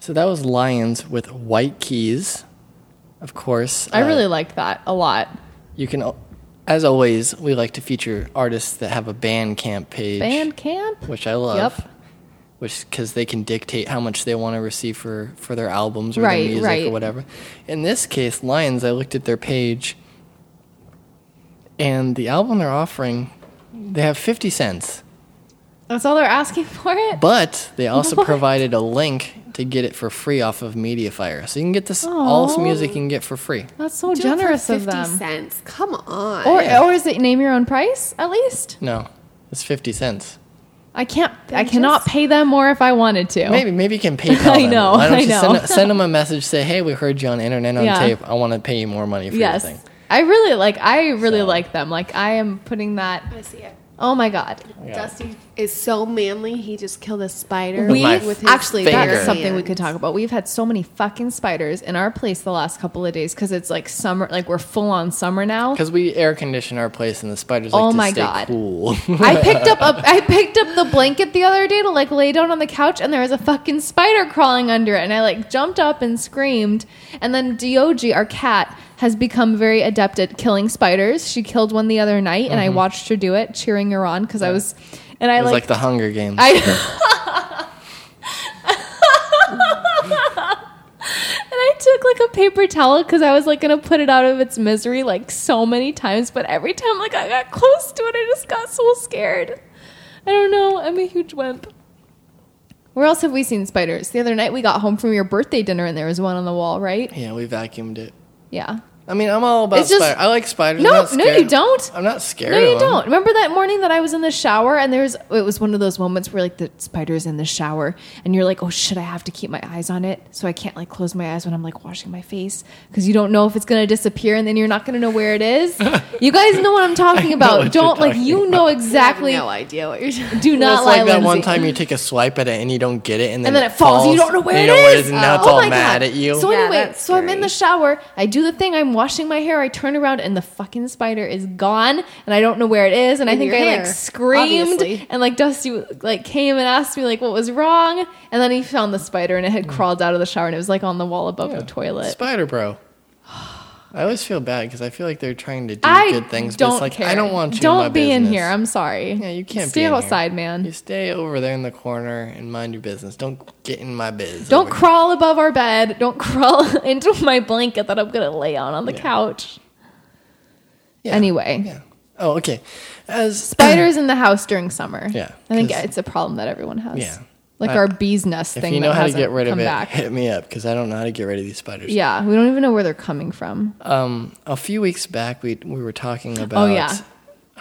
So that was Lions with White Keys. Of course. I uh, really liked that a lot. You can, al- as always, we like to feature artists that have a Bandcamp page. Bandcamp. Which I love. Yep. Which because they can dictate how much they want to receive for for their albums or Right, their music right. or whatever. In this case, Lions, I looked at their page, and the album they're offering, they have fifty cents, That's all they're asking (laughs) for it. but they also (laughs) What? provided a link to get it for free off of MediaFire, so you can get this all this Aw. music you can get for free. That's so Do it for generous of 50 them. Oh. Cents. Come on. Or Yeah. or is it name your own price at least? No, it's fifty cents. I can't. I Then cannot just- pay them more if I wanted to. Maybe maybe you can PayPal. Oh. (laughs) I them. know, Why don't I you know. Send, send them a message. Say, hey, we heard you on internet on Yeah. tape. I want to pay you more money for Yes. your thing. I really like. I really So- like them. Like I am putting that. I see it. Oh my god. Yeah. Dusty is so manly. He just killed a spider. We my with his actually finger. that's something we hands. could talk about. We've had so many fucking spiders in our place the last couple of days because it's like summer. Like we're full on summer now. Because we air condition our place and the spiders like Oh to my stay God. cool. (laughs) I picked up a I picked up the blanket the other day to like lay down on the couch and there was a fucking spider crawling under it and I like jumped up and screamed and then Dioji our cat has become very adept at killing spiders. She killed one the other night and I watched her do it cheering her on cuz I was and I Mm-hmm. it was like, like the Hunger Games. I and (laughs) I took like a paper towel because I was like gonna put it out of its misery like so many times, but every time like I got close to it, I just got so scared. I don't know. I'm a huge wimp. Where else have we seen spiders? The other night we got home from your birthday dinner and there was one on the wall, right? yeah, we vacuumed it. Yeah. I mean, I'm all about It's just- spiders. I like spiders. No, I'm not no, scared- you don't. I'm not scared. No, of you them. don't. Remember that morning that I was in the shower and there's it was one of those moments where like the spider's in the shower and you're like, oh shit, I have to keep my eyes on it so I can't like close my eyes when I'm like washing my face because you don't know if it's gonna disappear and then you're not gonna know where it (laughs) is. you guys know what I'm talking what about. you're Don't like talking you know exactly. I have no idea what you're talking Do Well, not it's lie, like that one Lindsay. time you take a swipe at it and you don't get it, and then, and then it falls. and you don't know where, and it you don't know where is. and now it's Oh all my mad God. at you. So Yeah, anyway, that's so I'm in the shower. I do the thing. I'm washing my hair. I turn around and the fucking spider is gone, and I don't know where it is. And I In think I your like hair, screamed, obviously. and like Dusty like came and asked me like what was wrong, and then he found the spider and it had crawled out of the shower and it was like on the wall above the toilet. Mm. Spider Bro. I always feel bad because I feel like they're trying to do I good things, don't but it's like care. I don't want you. Don't in my be in business. here. I'm sorry. Yeah, you can't stay be in here. outside, man. You stay over there in the corner and mind your business. Don't get in my biz. don't over here. crawl above our bed. Don't (laughs) crawl into my blanket that I'm gonna lay on on the Yeah. couch. Yeah. Anyway. Yeah. Oh, okay. As spiders in the house during summer. Yeah, I think 'cause- it's a problem that everyone has. Yeah. like I- our bees nest if thing. you know that how to hasn't get rid of come it, back. hit me up because I don't know how to get rid of these spiders. (laughs) Yeah, we don't even know where they're coming from. Oh, Um, a few weeks back, we we were talking about. yeah.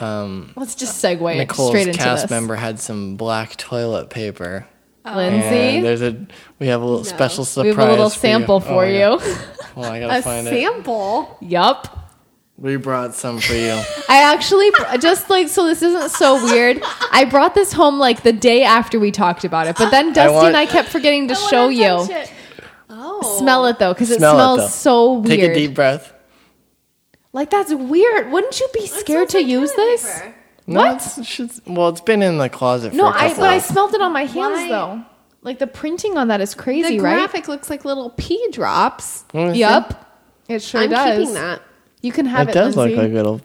Um, Let's just segue Nicole's straight into cast this. Oh. member had some black toilet paper. And Lindsay, there's a we have a little special we surprise. have a little for sample Oh for my you. God. (laughs) Well, I A gotta find it. sample. yup. We brought some for (laughs) you. I actually br- just like so this isn't so weird. I brought this home like the day after we talked about it, but then Dusty want- and I kept forgetting to show you. Oh. Smell it though, because it Smell it, smells though. so weird. Take a deep breath. Like that's weird. Wouldn't you be scared to use this? No, What? it's- it's just- well, it's been in the closet. No, for a I couple but I of- smelled it on my hands Why? though. Like the printing on that is The crazy, right? graphic looks like little pea drops. Mm, Yep. It sure I'm does. keeping that. You can have it. It does Lindsay. look like little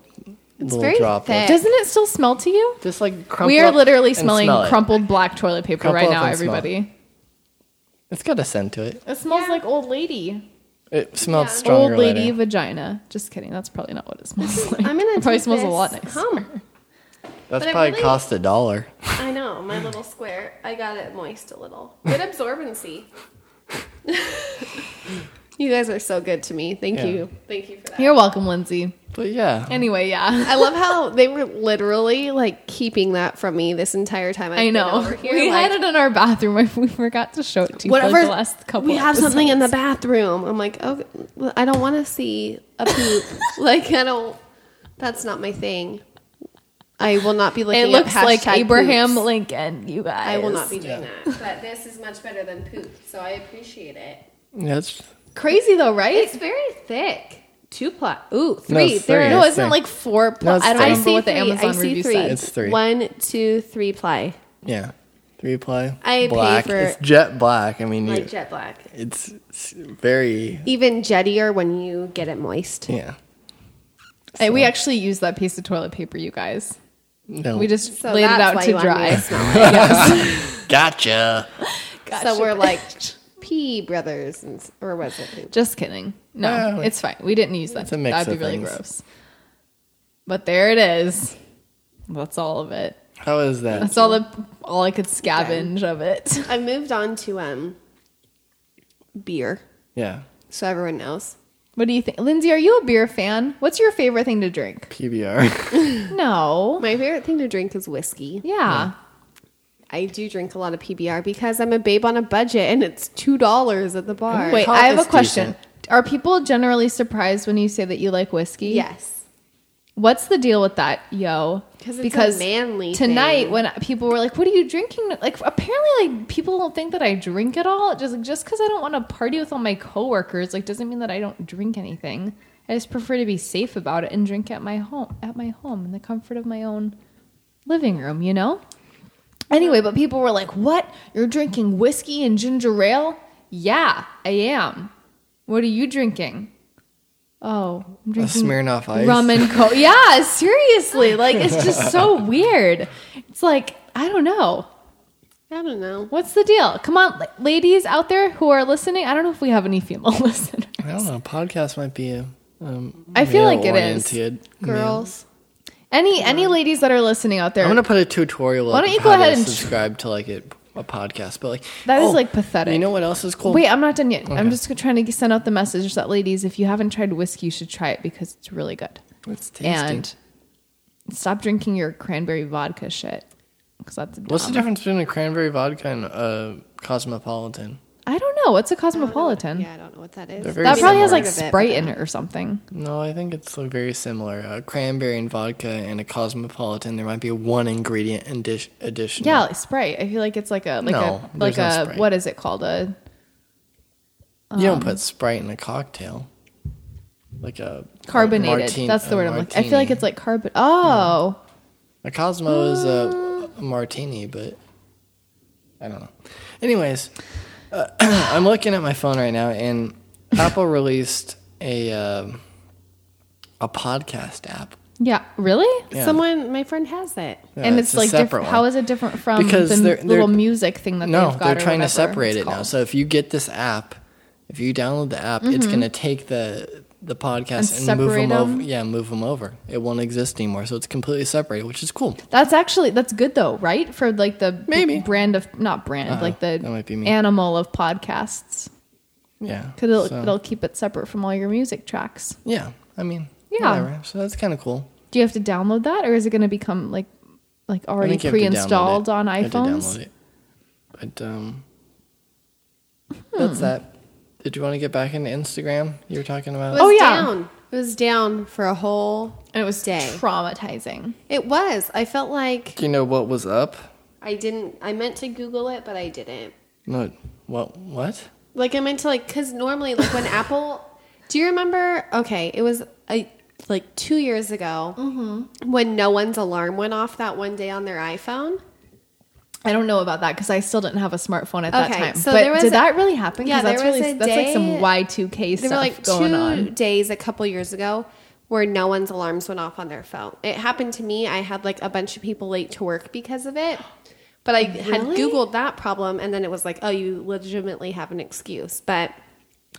little very droplets. thick. Doesn't it still smell to you? Just like crumple We are up literally and smelling smell it. crumpled black toilet paper Crumple right up now, and smell. everybody. It's got a scent to it. It smells like old lady. It smells Yeah. stronger. old lady later. vagina. Just kidding. That's probably not what it smells like. (laughs) I'm gonna. It probably take smells a this lot nicer. home. That's But I probably really- cost a dollar. I know my little square. I got it moist a little. Good absorbency. (laughs) you guys are so good to me. Thank Yeah. you. Thank you for that. You're welcome, Lindsay. But yeah, Anyway, yeah. I love how they were literally like keeping that from me this entire time. I've I know. Been over (laughs) here, we like, had it in our bathroom. (laughs) We forgot to show it to you for whatever. the last couple we have something in the episodes. bathroom. I'm like, oh, well, I don't want to see (laughs) a poop. like, I don't. That's not my thing. I will not be looking. It looks up like hashtag Abraham poops. Lincoln, you guys. I will not be doing Yeah. that. But this is much better than poop, so I appreciate it. that's Crazy though, right? It's very thick. Two plot. Ooh, three. No, it's there three. are- no, It's isn't it three. like four? Pl- No, it's I don't three. remember what the three. Amazon I see review three. said. It's three. One, two, three ply. yeah. Three ply. I pay black. for- it's jet black. I mean, you, like jet black. it's, it's very Even jettier when you get it moist. yeah. Hey, uh, we actually used that piece of toilet paper, you guys. No, We just So laid it that's out why to you want me dry. to smell (laughs) gotcha. So we're like pee brothers, and, s- or was it? Just kidding. No, Well, it's fine. We didn't use that. it's a mix That'd of be really things. gross. But there it is. That's all of it. How is that? That's all the all I could scavenge of it. (laughs) I moved on to um beer, yeah, so everyone knows. What do you think, Lindsay? Are you a beer fan? What's your favorite thing to drink? (laughs) PBR. No. My favorite thing to drink is whiskey. Yeah. I do drink a lot of PBR because I'm a babe on a budget, and it's two dollars at the bar. Wait, Call I have a is question. decent. Are people generally surprised when you say that you like whiskey? yes, What's the deal with that, yo? 'Cause it's a manly tonight thing. when people were like, "What are you drinking?" Like apparently, like people don't think that I drink at all. Just like just because I don't want to party with all my coworkers, like doesn't mean that I don't drink anything. I just prefer to be safe about it and drink at my home, at my home in the comfort of my own living room. You know. Anyway, but people were like, "What? You're drinking whiskey and ginger ale?" Yeah, I am. What are you drinking? Oh, I'm A drinking (laughs) Smirnoff Ice. rum (laughs) and coke. Yeah, seriously. Like it's just so weird. It's like I don't know. I don't know. What's the deal? Come on, la- ladies out there who are listening. I don't know if we have any female (laughs) listeners. I don't know. Podcast might be a. Um, I feel like it is. male-oriented meal. Girls, Any any ladies that are listening out there? I'm gonna put a tutorial. Why don't you go ahead and- subscribe to like it, a podcast? But like That is, like, pathetic. Oh, You know what else is cool? Wait, I'm not done yet. I'm just trying to send out the message that ladies, if you haven't tried whiskey, you should try it because it's really good. it's tasty. And stop drinking your cranberry vodka shit because that's What's the dumb. difference between a cranberry vodka and a cosmopolitan? I don't know. What's a cosmopolitan? Oh, yeah, I don't know what that is. They're very That probably has similar. like Heard of it, but Sprite in I- it or something. No, I think it's like, very similar. A cranberry and vodka and a cosmopolitan. There might be one ingredient in dish additional. Yeah, like Sprite. I feel like it's like a like No, a like there's no a Sprite. what is it called a you um, don't put Sprite in a cocktail. Like a carbonated. martin- That's the a word I'm looking. I feel like martini. it's like carbon. Oh, a Cosmo is a, a martini, but I don't know. Anyways, uh, (clears throat) I'm looking at my phone right now, and Apple released a um, a podcast app. yeah, really? Yeah. Someone, my friend has it. Yeah, and it's, a like separate different. one. How is it different from Because the they're- little they're- music thing that no, they've got? they're or trying to whatever separate it's it now. called. So if you get this app, if you download the app, it's going to take the the podcast and, Mm-hmm. And move them, separate them? over. Yeah, move them over. It won't exist anymore, so it's completely separated, which is cool. that's actually that's good though, right? For like the Maybe. brand of not brand Uh-oh, like the that might be me. animal of podcasts Yeah, because it'll, so- it'll keep it separate from all your music tracks. yeah. I mean, Yeah. whatever. So that's kind of cool. Do you have to download that, or is it going to become like like I already think you have to download pre-installed it. on You have to iPhones? download it. But um, Hmm. that's that. Did you want to get back into Instagram? You were talking It about. was Oh, yeah. down. It was down for a whole. And it was Day. traumatizing. It was. I felt like Do you know what was up? I didn't. I meant to Google it, but I didn't. No. What? What? Like I meant to like because normally like when Apple. Do you remember? Okay, it was a, like two years ago when no one's alarm went off that one day on their iPhone. I don't know about that because I still didn't have a smartphone at that Okay, time. so but there was did a- that really happen? 'Cause Yeah, that's there was really a that's like some day- Y two K There stuff were like going two on. days a couple years ago where no one's alarms went off on their phone. It happened to me. I had like a bunch of people late to work because of it. But I had Really? Googled that problem and then it was like, oh, you legitimately have an excuse. But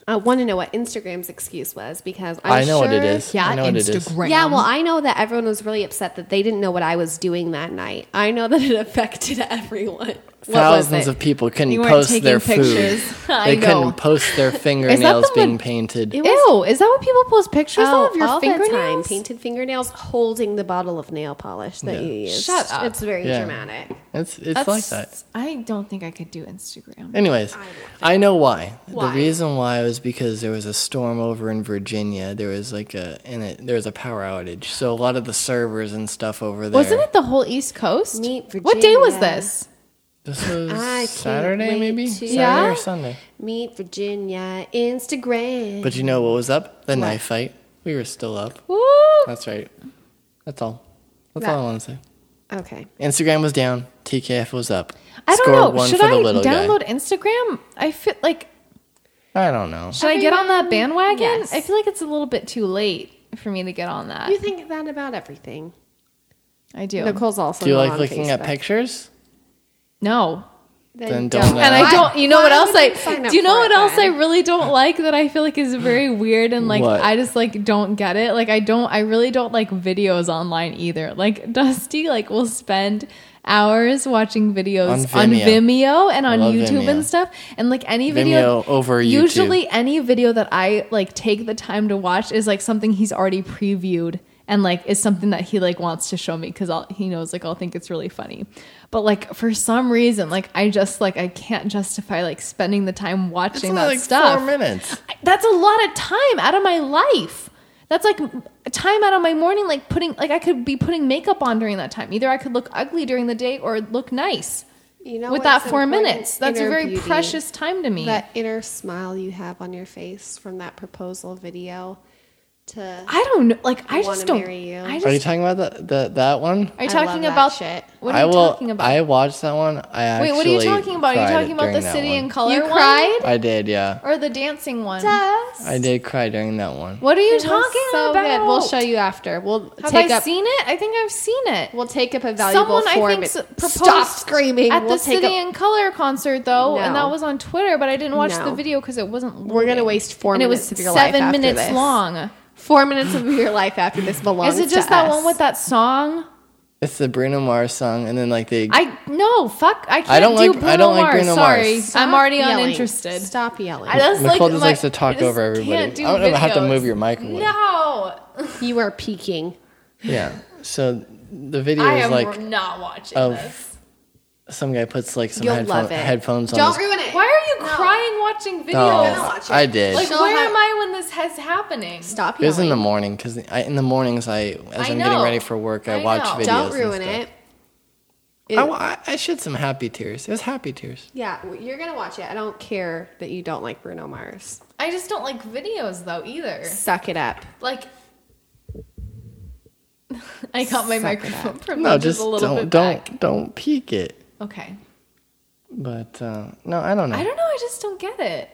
I want to know what Instagram's excuse was because I'm I know what it sure- is. Yeah, I know what it is. Instagram. Yeah, well, I know that everyone was really upset that they didn't know what I was doing that night. I know that it (laughs) affected everyone. What was Thousands it? of people couldn't You weren't post taking their pictures. (laughs) food. I They know. couldn't post (laughs) their fingernails being painted. It Ew, is that what people post pictures of your Oh, all the fingernails? time. Painted fingernails holding the bottle of nail polish that you use. Shut up. It's very Yeah. dramatic. It's it's like that. I don't think I could do Instagram. Anyways, I know why. Why? The reason why was because there was a storm over in Virginia. There was like a and it, there was a power outage, so a lot of the servers and stuff over there. Wasn't it the whole East Coast? Meet What day was Virginia. this? This I can't was Saturday, wait maybe to- Saturday Yeah? or Sunday. Meet Virginia Instagram. But you know what was up? The knife fight. We were still up. Woo! That's right. That's all. That's That- all I want to say. Okay. Instagram was down, TKF was up. I don't Score know. one Should for I the little guy. download Instagram? I feel like I don't know. should I get on that Everyone- bandwagon? yes. I feel like it's a little bit too late for me to get on that. You think that about everything. I do. Nicole's also. Do you not like on looking at Facebook. pictures? No. Then don't And Why- I don't. You know why what else would you sign I? up Do you know for it what else I then? really (laughs) don't like that I feel like is very weird and like What? I just like don't get it. Like I don't. I really don't like videos online either. Like (laughs) Dusty like will spend hours watching videos On on Vimeo, Vimeo. and I on love YouTube Vimeo. and stuff. And like any video Vimeo over YouTube. Usually any video that I like take the time to watch is like something he's already previewed and like is something that he like wants to show me because he knows like I'll think it's really funny. But like for some reason, like I just like I can't justify like spending the time It's watching only that like stuff. four minutes. I- That's a lot of time out of my life. That's like m- time out of my morning, like putting like I could be putting makeup on during that time. Either I could look ugly during the day or look nice. You know with that what's four important? minutes, that's a Inner very beauty. precious time to me. That inner smile you have on your face from that proposal video. To I don't know. Like I Wanna just don't. marry you. I just, Are you talking about that that, that one? Are you I talking love that about shit. What are I you will, talking about? I watched that one. I actually Wait, what are you talking about? Are cried you talking about during the that city one. and color? You one? cried? I did, yeah. or the dancing one? I did cry during that one. What are you It was talking so about? Good. We'll show you after. We'll Have take I up. seen it? I think I've seen it. we'll take up a valuable Someone I form. think s- proposed Stop screaming. at we'll the take City up, and Color concert though, and No. that was on Twitter, but I didn't watch No. the video because it wasn't. We're gonna loading. waste four and minutes it was of your life seven after minutes this. long. four minutes of your life after this belongs. Is it to just that us. one with that song? It's the Bruno Mars song, and then like they I no fuck. I can't don't do like- I Bruno don't like Mars. Bruno Mars. Sorry, Stop I'm already yelling. uninterested. Stop yelling. I just Nicole like, just my- likes to talk I just over everybody. Can't do I don't know how to videos. move your mic away. No, you are peeking. yeah. So the video I is am like not watching of- this. some guy puts like some You'll headphone, love it. headphones on. Don't his- ruin it. Why are you crying watching videos? No, I did. Like, She'll where have- am I when this has happening? Stop It yelling. was in the morning because in the mornings I, as I I am getting know. ready for work, I, I watch know. videos. Don't and ruin stuff. it. It- I, wa- I, I shed some happy tears. It was happy tears. yeah, w- you're gonna watch it. I don't care that you don't like Bruno Mars. I just don't like videos though either. Suck it up. Like, (laughs) I got my Suck it microphone privileges No, just a little don't bit don't back. don't peek it. Okay, But uh, no, I don't know. I don't know. I just don't get it.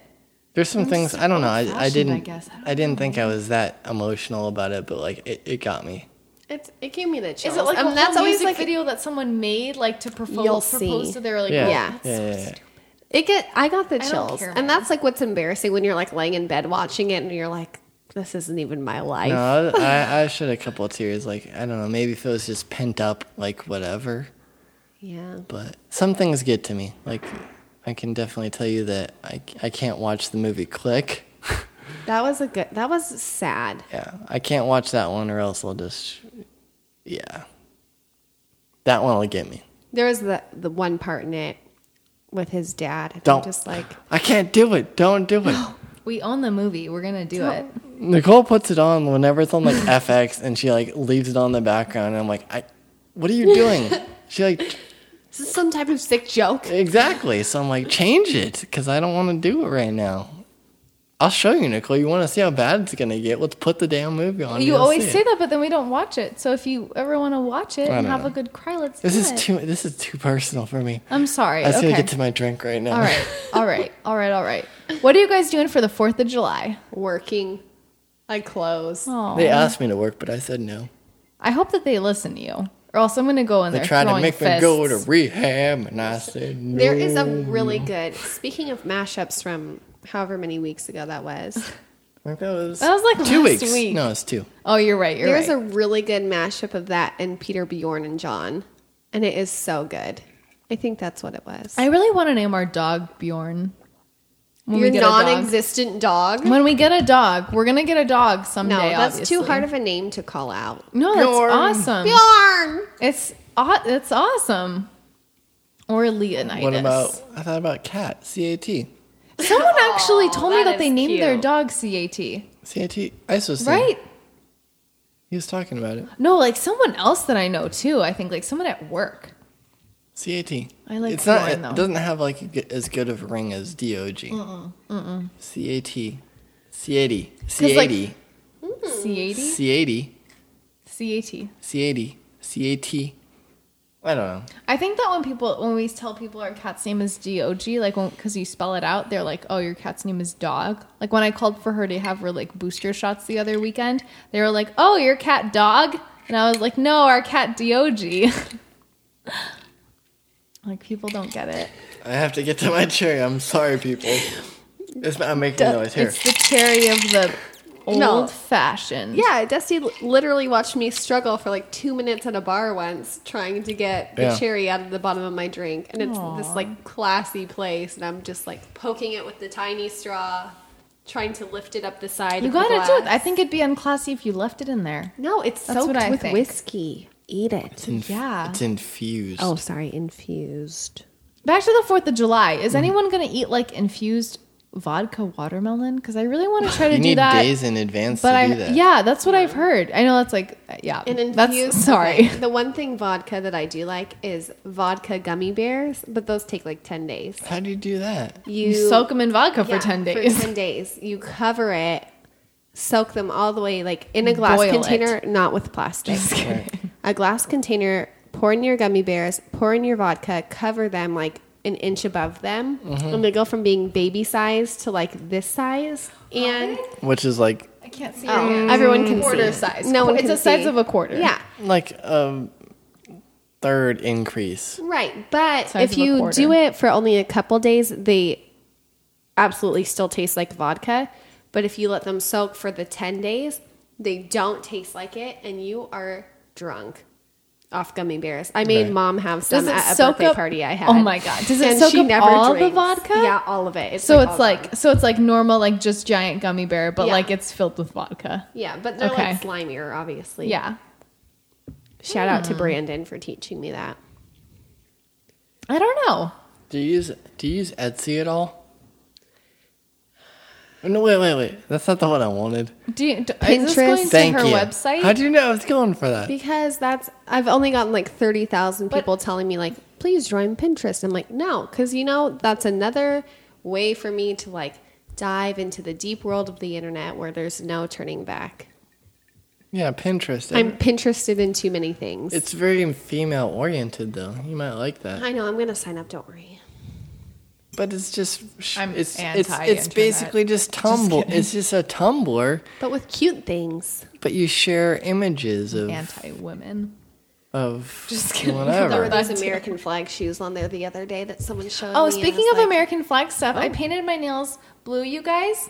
There's some things I don't know. I, I old-fashioned, didn't. I I, guess. I don't didn't think I was that emotional about it, but like it, it got me. It's, it gave me the chills. Is it like Um, a that's whole always music like video that someone made, like to propose, You'll propose see. to their like? Yeah. Yeah. Yeah. yeah, yeah. It get I got the don't chills, care, man. and that's like what's embarrassing when you're like laying in bed watching it, and you're like, "This isn't even my life." No, I, I shed a couple of tears. Like I don't know. Maybe if it was just pent up, like whatever. Yeah, But some things get to me. Like I can definitely tell you that I I can't watch the movie Click. that was a good. That was sad. Yeah, I can't watch that one, or else I'll just. Yeah. That one will get me. There was the the one part in it with his dad. And Don't. I'm just like I can't do it. Don't do it. We own the movie. We're gonna do it. Nicole puts it on whenever it's on like FX, and she like leaves it on in the background, and I'm like, I, what are you doing? she like, is this some type of sick joke? exactly. So I'm like, change it, because I don't want to do it right now. I'll show you, Nicole. You want to see how bad it's gonna get? Let's put the damn movie on. You You'll always see say it. that, but then we don't watch it. So if you ever want to watch it I and don't have know. a good cry, let's This do is it. too. This is too personal for me. I'm sorry. I was okay. gonna get to my drink right now. (laughs) all right. All right. All right. All right. What are you guys doing for the Fourth of July? Working, I close. They Oh, asked me to work, but I said no. I hope that they listen to you, or else I'm gonna go in They there. tried to throwing make me fists. go to rehab, and I said no. There is a really good. Speaking of mashups from however many weeks ago that was, Like, that was, That was like two last weeks. week. No, it's two. Oh, you're right. You're there's right. a really good mashup of that and Peter Bjorn and John, and it is so good. I think that's what it was. I really want to name our dog Bjorn. When Your we get a dog. non-existent dog. When we get a dog, we're gonna get a dog someday. No, that's obviously. too hard of a name to call out. No, that's Bjorn. awesome. Bjorn. It's aw- it's awesome. Or Leonidas. What about I thought about cat? C A T. Someone actually told me that that they is named their cute. dog CAT, C A T. Isocene. right? He was talking about it. No, like someone else that I know too. I think like someone at work. C A T. I like it's not. Bjorn, It though. doesn't have like a good, as good of a ring as D O G. C A T. C A T. C A like- T. Hmm. CAT? C A T. CAT. C A T. C A T. I don't know. I think that when people when we tell people our cat's name is Dog, like because you spell it out, they're like, "Oh, your cat's name is Dog." Like when I called for her to have her like booster shots the other weekend, they were like, "Oh, your cat Dog," and I was like, "No, our cat Dog." (laughs) like people don't get it. I have to get to my cherry. I'm sorry, people. It's, I'm making noise here. It's the cherry of the old No. fashioned. Yeah, Dusty l- literally watched me struggle for like two minutes at a bar once trying to get the Yeah. cherry out of the bottom of my drink. And it's this like classy place, and I'm just like poking it with the tiny straw, trying to lift it up the side. You of gotta the do it. glass. I think it'd be unclassy if you left it in there. No, it's That's soaked what I with think. whiskey. Eat It's it. inf- yeah. It's infused. Oh, sorry, infused. Back to the Fourth of July. Mm-hmm. Is anyone gonna eat like infused vodka watermelon? Because I (gasps) really want to try to you do need that. days in advance but to I do that. yeah, that's what I've heard. I know that's like uh, yeah, (laughs) An infused. that's sorry. okay, The one thing vodka that I do like is vodka gummy bears, but those take like ten days. How do you do that? You, soak them in vodka for Yeah, ten days. For ten days, you cover it, soak them all the way, like in a glass Boil container, not with plastic. a glass container. Pour in your gummy bears. Pour in your vodka. Cover them like an inch above them, and they go from being baby size to like this size. And Which is like I can't (laughs) see. Oh, your hand. everyone can quarter see. size. No one it's can the size see. of a quarter. yeah, like a third increase. right. But Size if of a you quarter. do it for only a couple days, they absolutely still taste like vodka. But if you let them soak for the ten days, they don't taste like it, and you are drunk off gummy bears. I made Right. mom have some Does it at a soak birthday up- party I had. Oh my God. Does it And soak she up never all the drinks. vodka? Yeah, all of it. So all it's gone. like so it's like normal like just giant gummy bear, but Yeah. like it's filled with vodka. yeah, but they're Okay. like slimier, obviously. Yeah, Shout out to Hmm. Brandon for teaching me that. I don't know. Do you use Do you use Etsy at all? No, wait, wait, wait. That's not the one I wanted. Do you, d- is this Pinterest. going to Thank her you. website? How do you know I was going for that? Because that's I've only gotten like thirty thousand But- people telling me like, please join Pinterest. I'm like, no, because you know that's another way for me to like dive into the deep world of the internet where there's no turning back. Yeah, Pinterest. I'm Pinterested in too many things. it's very female oriented though. You might like that. I know I'm gonna sign up. Don't worry. But it's just sh- I'm it's it's, it's anti-internet. basically just Tumblr. it's just a Tumblr, But with cute things, but you share images of Anti women. of Just kidding. (laughs) there were whatever. those American flag shoes on there the other day that someone showed. me, Oh, and I speaking was of like, American flag stuff, Oh. I painted my nails blue, you guys,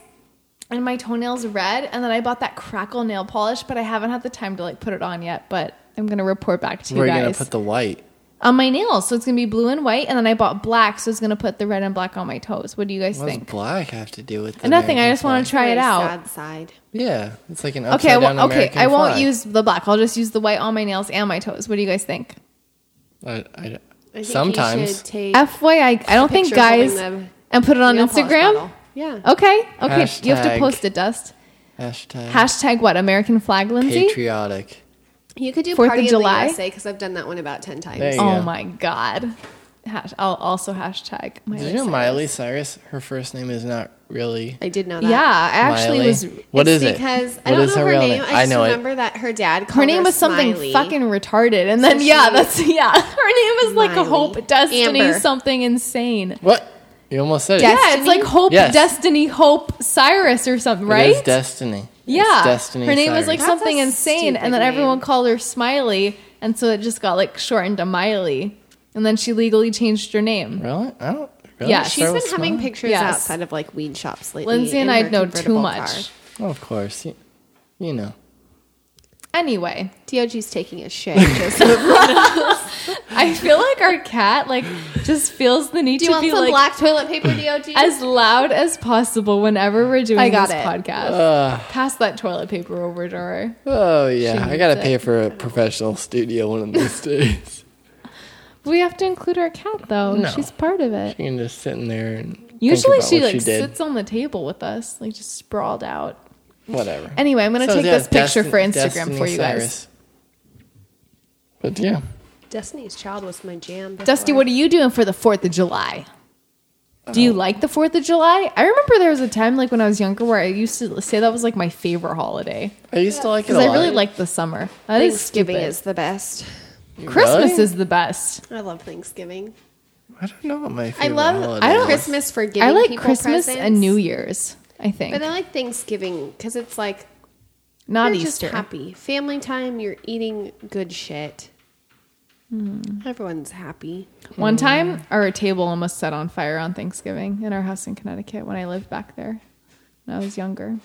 and my toenails red, and then I bought that crackle nail polish, but I haven't had the time to like put it on yet. But I'm gonna report back to you Where you gonna guys put the white? on my nails. So it's gonna be blue and white, and then I bought black, so it's gonna put the red and black on my toes. What do you guys What does think? black have to do with the Nothing. I American just want to flag? try it very out. Sad side. Yeah, it's like an Okay, I upside down won't, okay, American I won't flag. use the black. I'll just use the white on my nails and my toes. What do you guys think? I, I, I think you sometimes should take FYI, I don't think pictures holding guys the and put it on nail polish Instagram. bottle. Yeah. Okay, okay, you have to Hashtag- post it, Dust. hashtag, Hashtag what? American flag, Lindsay? patriotic. You could do Fourth Party of of July? in the USA because I've done that one about ten times. There you Oh go. my god. Hash- I'll also hashtag Miley. Did you know Cyrus. Miley Cyrus? Her first name is not really I did know that. Yeah, I actually Miley. was. What It's is it? because I What don't is know her, real name. I just know it. remember that her dad called Her name was something Smiley. fucking retarded, and then So yeah, she- that's (laughs) yeah. Her name is like a Miley. hope, destiny, Amber. something insane. What? You almost said Yes. it. Yeah, it's like hope, Yes. destiny, hope, Cyrus or something, It right? is destiny. yeah, It's destiny. her name was Cyrus. like That's something a insane, stupid and then everyone name. called her Smiley, and so it just got like shortened to Miley, and then she legally changed her name. Really? I don't. Really? Yeah, Start She's with been having smile? pictures Yes. outside of like weed shops lately. Lindsay and in I her know too convertible much. Oh, of course. You, you know. Anyway, Car. Dog's taking a (laughs) shit. Just- Do I feel like our cat like just feels the need you to want be some like (laughs) black toilet paper, Dog? as loud as possible whenever we're doing I got this it. podcast. Pass that toilet paper over to her. Oh yeah, She I gotta needs pay it. for a professional studio one of these (laughs) days. We have to include our cat though. No. She's part of it. You can just sit in there and think Usually about she what like she did. sits on the table with us, like just sprawled out. Whatever. Anyway, I'm gonna So, take yeah, this picture Desti- for Instagram Destiny for you guys. Cyrus. But yeah, Destiny's Child was my jam. before. Dusty, what are you doing for the Fourth of July? Do Oh. you like the Fourth of July? I remember there was a time, like when I was younger, where I used to say that was like my favorite holiday I used to like it a because I lot. really liked the summer. I think Thanksgiving stupid. is the best. Christmas Really? is the best. I love Thanksgiving. I don't know what my I favorite love holiday I is. don't Christmas for giving I like people Christmas presents, and New Year's. I think But I like Thanksgiving because it's like not you're Easter. Just happy family time. You're eating good shit. Hmm. Everyone's happy. One time, our table almost set on fire on Thanksgiving in our house in Connecticut when I lived back there when I was younger.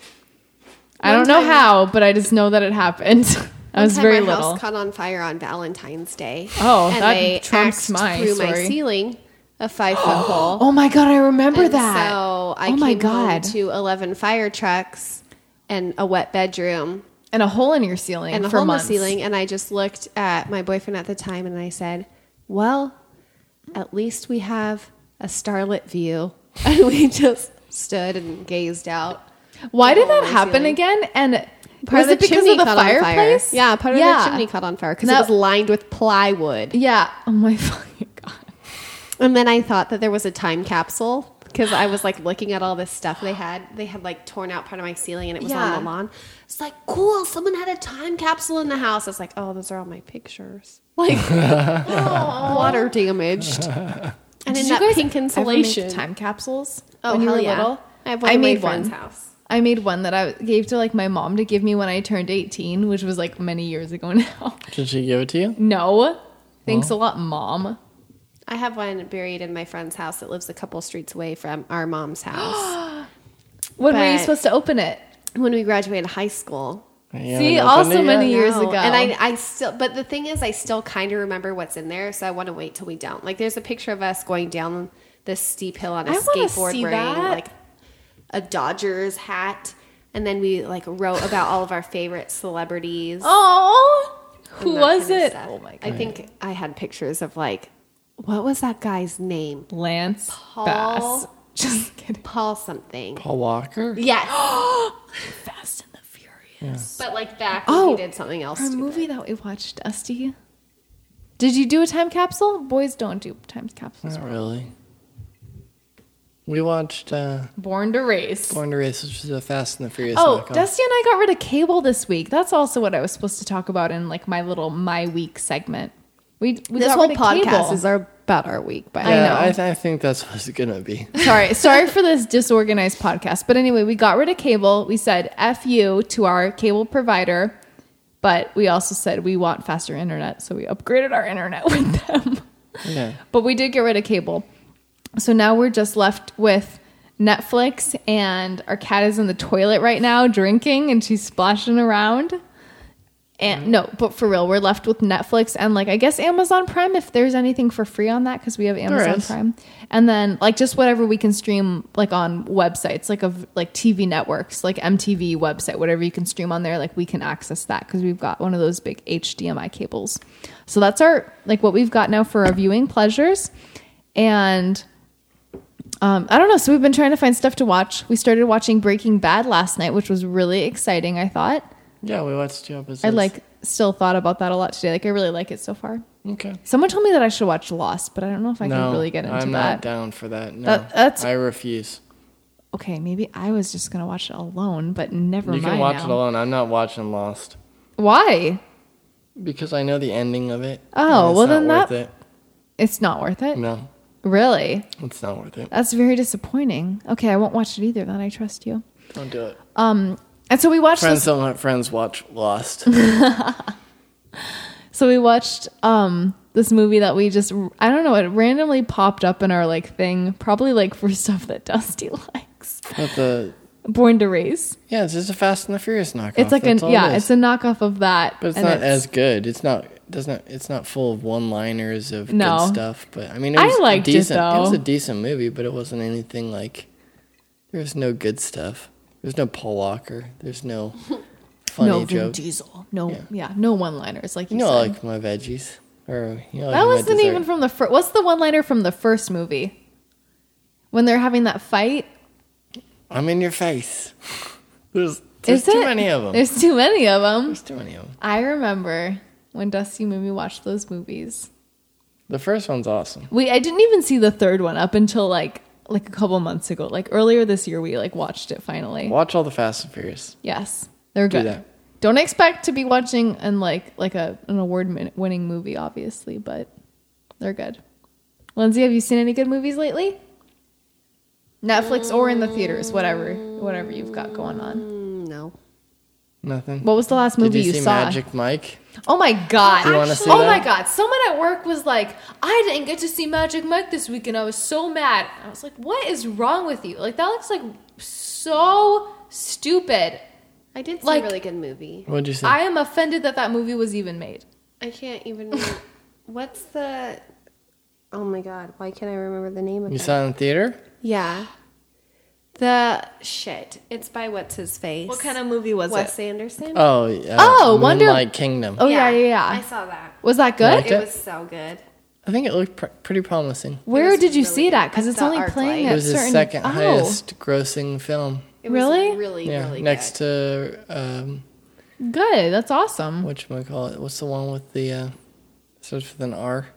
I One don't know time- how, but I just know that it happened. (laughs) I was One time very my little. House caught on fire on Valentine's Day. Oh, and that they trumps axed my through my story. ceiling a five (gasps) foot hole. oh my god, I remember And that. So I oh came my god, home to eleven fire trucks and a wet bedroom and a hole in your ceiling and a for hole in the months. ceiling. And I just looked at my boyfriend at the time and I said, "Well, at least we have a starlit view." (laughs) And we just stood and gazed out. Why did hole in that my happen ceiling. again? And Part was of it the because chimney of the caught on fire. fireplace? Yeah, part of Yeah. the chimney caught on fire because That- it was lined with plywood. Yeah. (laughs) Oh my fucking god. And then I thought that there was a time capsule because I was like looking at all this stuff they had. They had like torn out part of my ceiling and it was Yeah. on the lawn. It's like, cool, someone had a time capsule in the house. I was like, oh, those are all my pictures. (laughs) (laughs) Like, oh, water damaged. And in Did that you guys pink insulation. Ever make time capsules Oh, when you hell were yeah. little? I have one at my friend's house. I made one that I gave to like my mom to give me when I turned 18, which was like many years ago (laughs) now. Did she give it to you? no. Thanks a lot, mom. I have one buried in my friend's house that lives a couple streets away from our mom's house. (gasps) When were you But- supposed to open it? when we graduated high school, You See, haven't also opened it many yet? years No, ago. And I, I still, but the thing is, I still kind of remember what's in there, so I want to wait till we don't. Like, there's a picture of us going down this steep hill on a I wanna skateboard see wearing that. like a Dodgers hat. And then we like wrote about all of our favorite celebrities. Oh, and who that was kind of it? stuff. Oh my I god. think I had pictures of like, what was that guy's name? Lance Paul- Bass. (laughs) Just (gasps) kidding. (gasps) Paul something. Paul Walker? Yes. Fast and the Furious. but like back when Oh, he did something else. Our stupid. movie that we watched, Dusty. Did you do a time capsule? Boys don't do time capsules. Not really. We watched uh, Born to race. Born to Race, which is a Fast and the Furious. Oh, knockoff. Dusty and I got rid of cable this week. That's also what I was supposed to talk about in like my little my week segment. We, we This got whole rid of podcast cable. is our, about our week, but I Yeah, know. I, th- I think that's what it's gonna (laughs) be. sorry, sorry for this disorganized podcast. But anyway, we got rid of cable. We said "f you" to our cable provider, but we also said we want faster internet, so we upgraded our internet (laughs) with them. Yeah. But we did get rid of cable. So now we're just left with Netflix, and our cat is in the toilet right now drinking and she's splashing around. And no, but for real, we're left with Netflix and like I guess Amazon Prime if there's anything for free on that because we have Amazon is. Prime, and then like just whatever we can stream like on websites like of like TV networks like MTV website whatever you can stream on there like we can access that because we've got one of those big HDMI cables, so that's our like what we've got now for our viewing pleasures, and um, I don't know. So we've been trying to find stuff to watch. We started watching Breaking Bad last night, which was really exciting. I thought. Yeah, we watched two episodes. I like still thought about that a lot today. Like I really like it so far. Okay. Someone told me that I should watch Lost, but I don't know if I no, can really get into I'm that. not down for that. No, That- that's- I refuse. Okay, maybe I was just gonna watch it alone, but never You mind. can watch now. it alone. I'm not watching Lost Why? because I know the ending of it. Oh, and well, it's then not that- worth It's not worth it. it. No, Really? it's not worth it. That's very disappointing. Okay, I won't watch it either. Then I trust you. Don't do it. And so we watched this Friends don't let friends watch Lost. So we watched um this movie that we just I don't know it randomly popped up in our like thing probably like for (laughs) stuff that Dusty (laughs) likes. But the Born to Race. yeah, it's just a Fast and the Furious knockoff. It's like That's an all it yeah, is. it's a knockoff of that. But it's and not as good. It's not doesn't it's not full of one liners of No. good stuff. But I mean, it I was a liked it, decent. It was though. a decent movie, but it wasn't anything like. There was no good stuff. There's no Paul Walker. There's no funny (laughs) no Vin jokes. Diesel. No yeah, no one liners like you You know, I like said. my veggies or you know, I that like my wasn't dessert. even from the first. What's the one liner from the first movie? When they're having that fight, I'm in your (laughs) face. There's, there's Is too it? many of them. There's, There's too many of them. too many of them. I remember when Dusty made me watch those movies. The first one's awesome. We I didn't even see the third one up until like like a couple months ago. Like earlier this year we like watched it finally. Watch all the Fast and Furious. Yes. They're Do good. that. Don't expect to be watching and like like a an award min- winning movie, obviously, but they're good. Lindsay, have you seen any good movies lately? Netflix or in the theaters, whatever, whatever you've got going on. Mm, No. Nothing. What was the last movie Did you, you see saw? Magic Mike? Oh my god! Do you wanna see oh that? my god! Someone at work was like, "I didn't get to see Magic Mike this week, and I was so mad." I was like, "What is wrong with you? Like that looks like so stupid. I did see Like- a really good movie. What'd you see? I am offended that that movie was even made." I (laughs) can't even. what's the? Oh my god! Why can't I remember the name of you it? saw it in the theater? yeah. The shit. It's by what's his face. of movie was Wes Anderson? Oh, yeah. Oh, Wonder- Moonlight Kingdom. Oh yeah, yeah, yeah. I saw that. was that good? Liked it? It was so good. I think it looked pr- pretty promising. Where was did you really see that? good. Because I it's saw only Arclight. playing It It at was his certain. second oh. highest grossing film. It Really? was really, yeah, really next good. to um, Good. That's awesome. what call it? What's the one with the uh, starts with an R?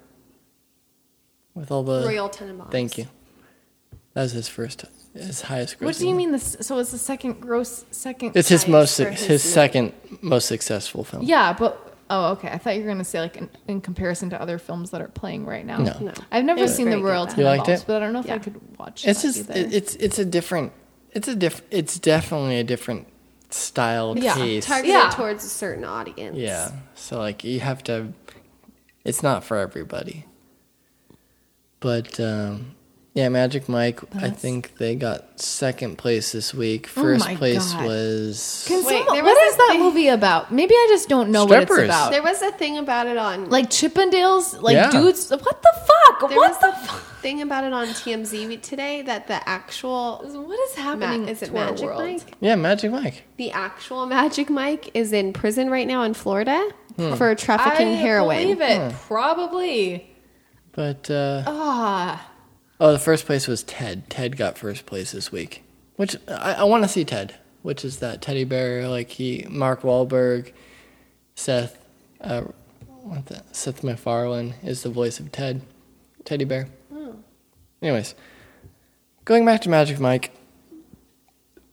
With all the Royal Tenenbaums. Thank you. That was his first, his highest grossing. What do you mean? This? So it's the second gross second. It's his Highest most for his, his movie. second most successful film. Yeah, but oh, okay. I thought you were gonna say like in, in comparison to other films that are playing right now. No. No. I've It never was seen the very good, Royal though. You liked Tenenbaums, it? but I don't know if I Yeah. could watch. It's that just either. it, it's it's a different it's a diff it's definitely a different style Yeah. case. Targeted Yeah. towards a certain audience. Yeah. So like you have to it's not for everybody. But um yeah, Magic Mike, I That's- think they got second place this week. Oh First my place God. was Can Wait, someone- there what was is a that thing- movie about? Maybe I just don't know what Strippers. it's about. There was a thing about it on like Chippendales, like Yeah. dudes. What the fuck? there was what the? a fuck? thing about it on TMZ we- today that the actual What is happening? Ma- is it to our Magic world? Mike? Yeah, Magic Mike. The actual Magic Mike is in prison right now in Florida Hmm. for trafficking I heroin. believe it. Probably. But uh Ah, oh, the first place was Ted. Ted got first place this week. Which I, I want to see Ted, which is that teddy bear like he Mark Wahlberg, Seth uh what the Seth MacFarlane is the voice of Ted. Teddy bear. Anyways, going back to Magic Mike,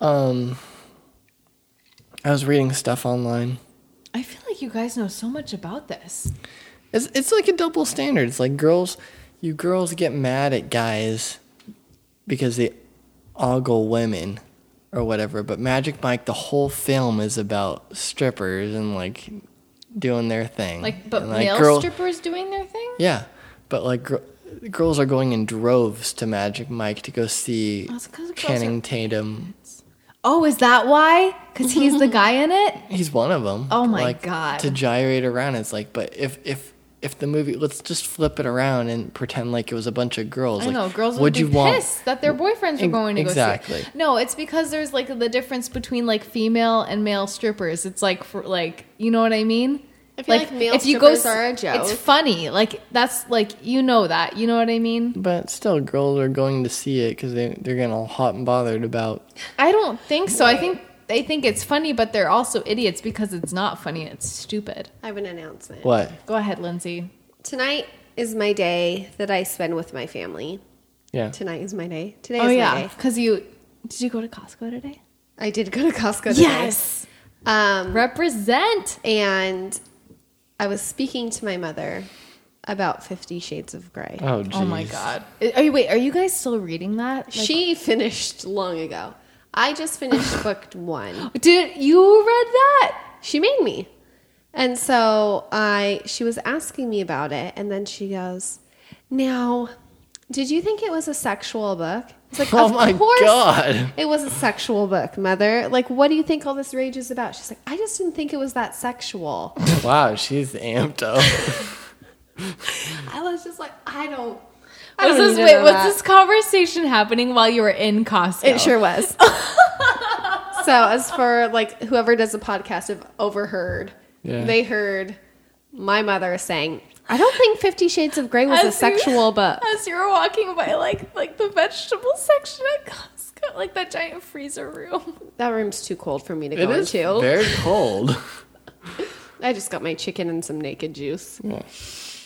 um, I was reading stuff online. I feel like you guys know so much about this. It's it's like a double standard. It's like girls, you girls get mad at guys because they ogle women or whatever. But Magic Mike, the whole film is about strippers and like doing their thing. Like, but And, male girl- strippers doing their thing. Yeah, but like gr- girls are going in droves to Magic Mike to go see That's 'cause girls are- Channing Tatum. Oh, is that why? Because he's the guy in it. He's one of them. Oh my God. To gyrate around, it's like, but if if if the movie, let's just flip it around and pretend like it was a bunch of girls. I like, know girls would, be pissed that their boyfriends were Ex- going to go exactly. see. No, it's because there's like the difference between like female and male strippers. It's like for like you know what I mean. I feel like male strippers are a joke. It's funny. Like that's like you know that. You know what I mean. But still, girls are going to see it because they they're getting all hot and bothered about. I don't think so. I think they think it's funny, but they're also idiots because it's not funny. It's stupid. I have an announcement. What? Go ahead, Lindsay. Tonight is my day that I spend with my family. Yeah. Tonight is my day. Today Oh is my yeah, day. because you did you go to Costco today? I did go to Costco today. Um, represent. and I was speaking to my mother about Fifty Shades of Grey. Oh, geez. Oh my god. Are you wait? Are you guys still reading that? Like, she finished long ago. I just finished book one. Dude, you read that? She made me. And so I she was asking me about it and then she goes, "Now, did you think it was a sexual book?" It's like, (laughs) Oh "Of my course God. It was a sexual book, mother. Like, what do you think all this rage is about? She's like, "I just didn't think it was that sexual." Wow, she's amped up. I was just like, "I don't I Was don't this need to wait? know Was that. this conversation happening while you were in Costco? It (laughs) sure was. so as for like whoever does the podcast have overheard, Yeah. they heard my mother saying, "I don't think Fifty Shades of Grey was As a (laughs) sexual you, book." (laughs) As you were walking by, like like the vegetable section at Costco, like that giant freezer (laughs) room. That room's too cold for me to It go is into. very cold. I just got my chicken and some naked juice.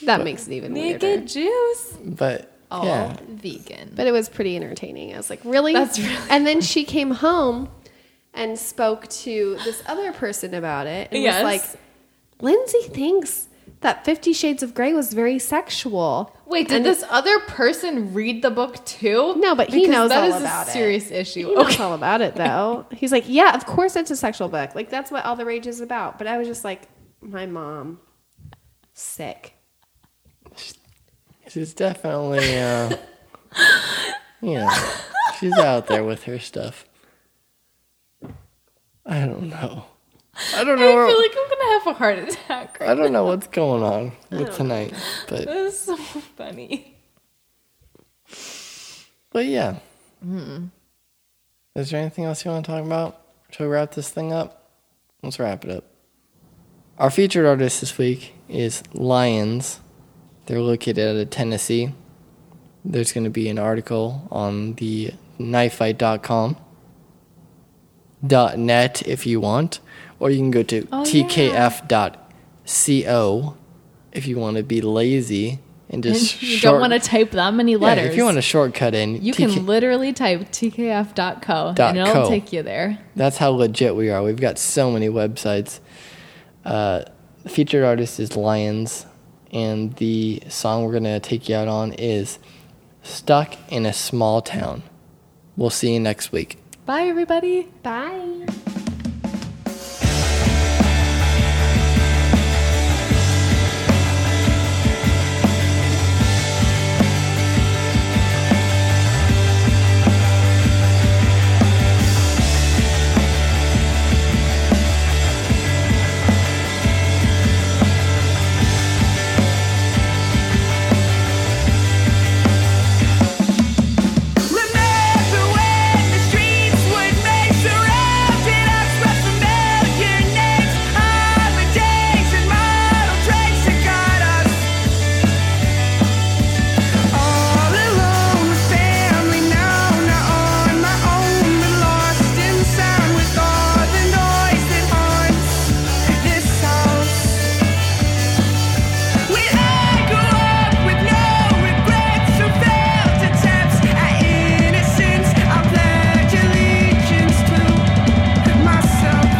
That makes it even weirder. Naked juice. But All yeah, vegan. But it was pretty entertaining. I was like, "Really?" That's really- And then she came home, and spoke to this other person about it. And Yes. was like, Lindsay thinks that Fifty Shades of Grey was very sexual. Wait, did And- this other person read the book too? No, but he Because knows that all is about a it. serious issue. He knows (laughs) all about it (laughs) though. He's like, yeah, of course it's a sexual book. Like that's what all the rage is about. But I was just like, my mom, sick. She's definitely, uh, you know, she's out there with her stuff. I don't know. I don't know. I where- feel like I'm gonna have a heart attack. (laughs) I don't know what's going on with tonight, but This is so funny. but yeah. Mm-hmm. Is there anything else you want to talk about? Should we wrap this thing up? Let's wrap it up. Our featured artist this week is Lions. They're located out of Tennessee. There's going to be an article on the knifefight.com dot net if you want, or you can go to Oh, tkf.co if you want to be lazy and just And (laughs) you short- don't want to type that many Yeah, letters. if you want to shortcut in, you TK can literally type tkf.co Dot and it'll co. take you there. That's how legit we are. We've got so many websites. Uh, the featured artist is Lions, and the song we're gonna take you out on is "Stuck in a Small Town." We'll see you next week. Bye, everybody. Bye. Remember when the streets would make surrounded us with familiar names, holidays and model trains that got us all alone with family now, not on my own, but lost in sound with all the noise that haunts this house. When I grew up with no regrets, who failed attempts at innocence, I pledge allegiance to myself.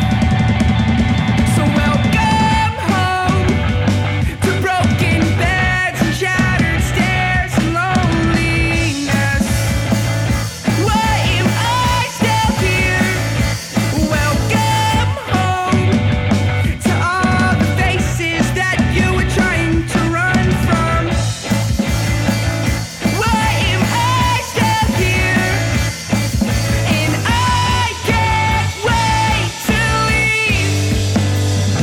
So welcome home to broken beds and shattered stairs and loneliness. Why am I still here? Welcome home. To all the faces that you were trying to run from Why am I still here? And I can't wait to leave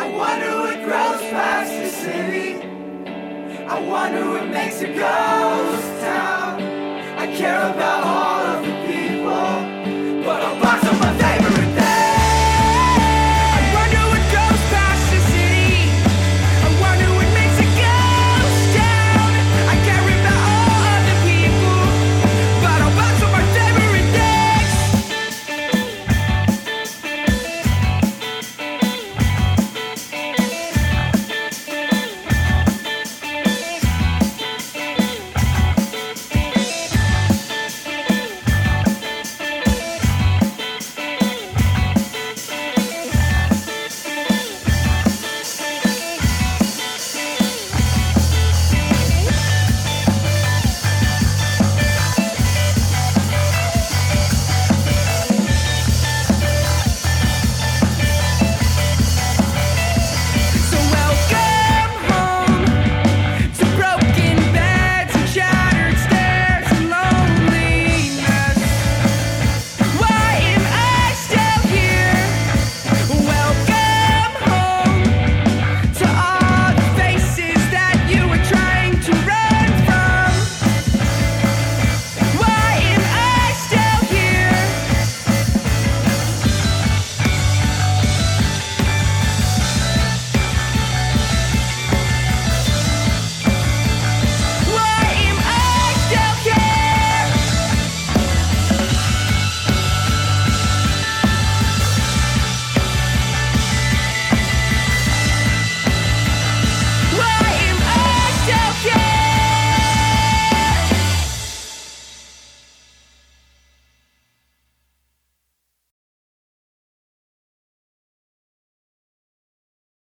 I wonder what grows past the city I wonder what makes a ghost town I care about all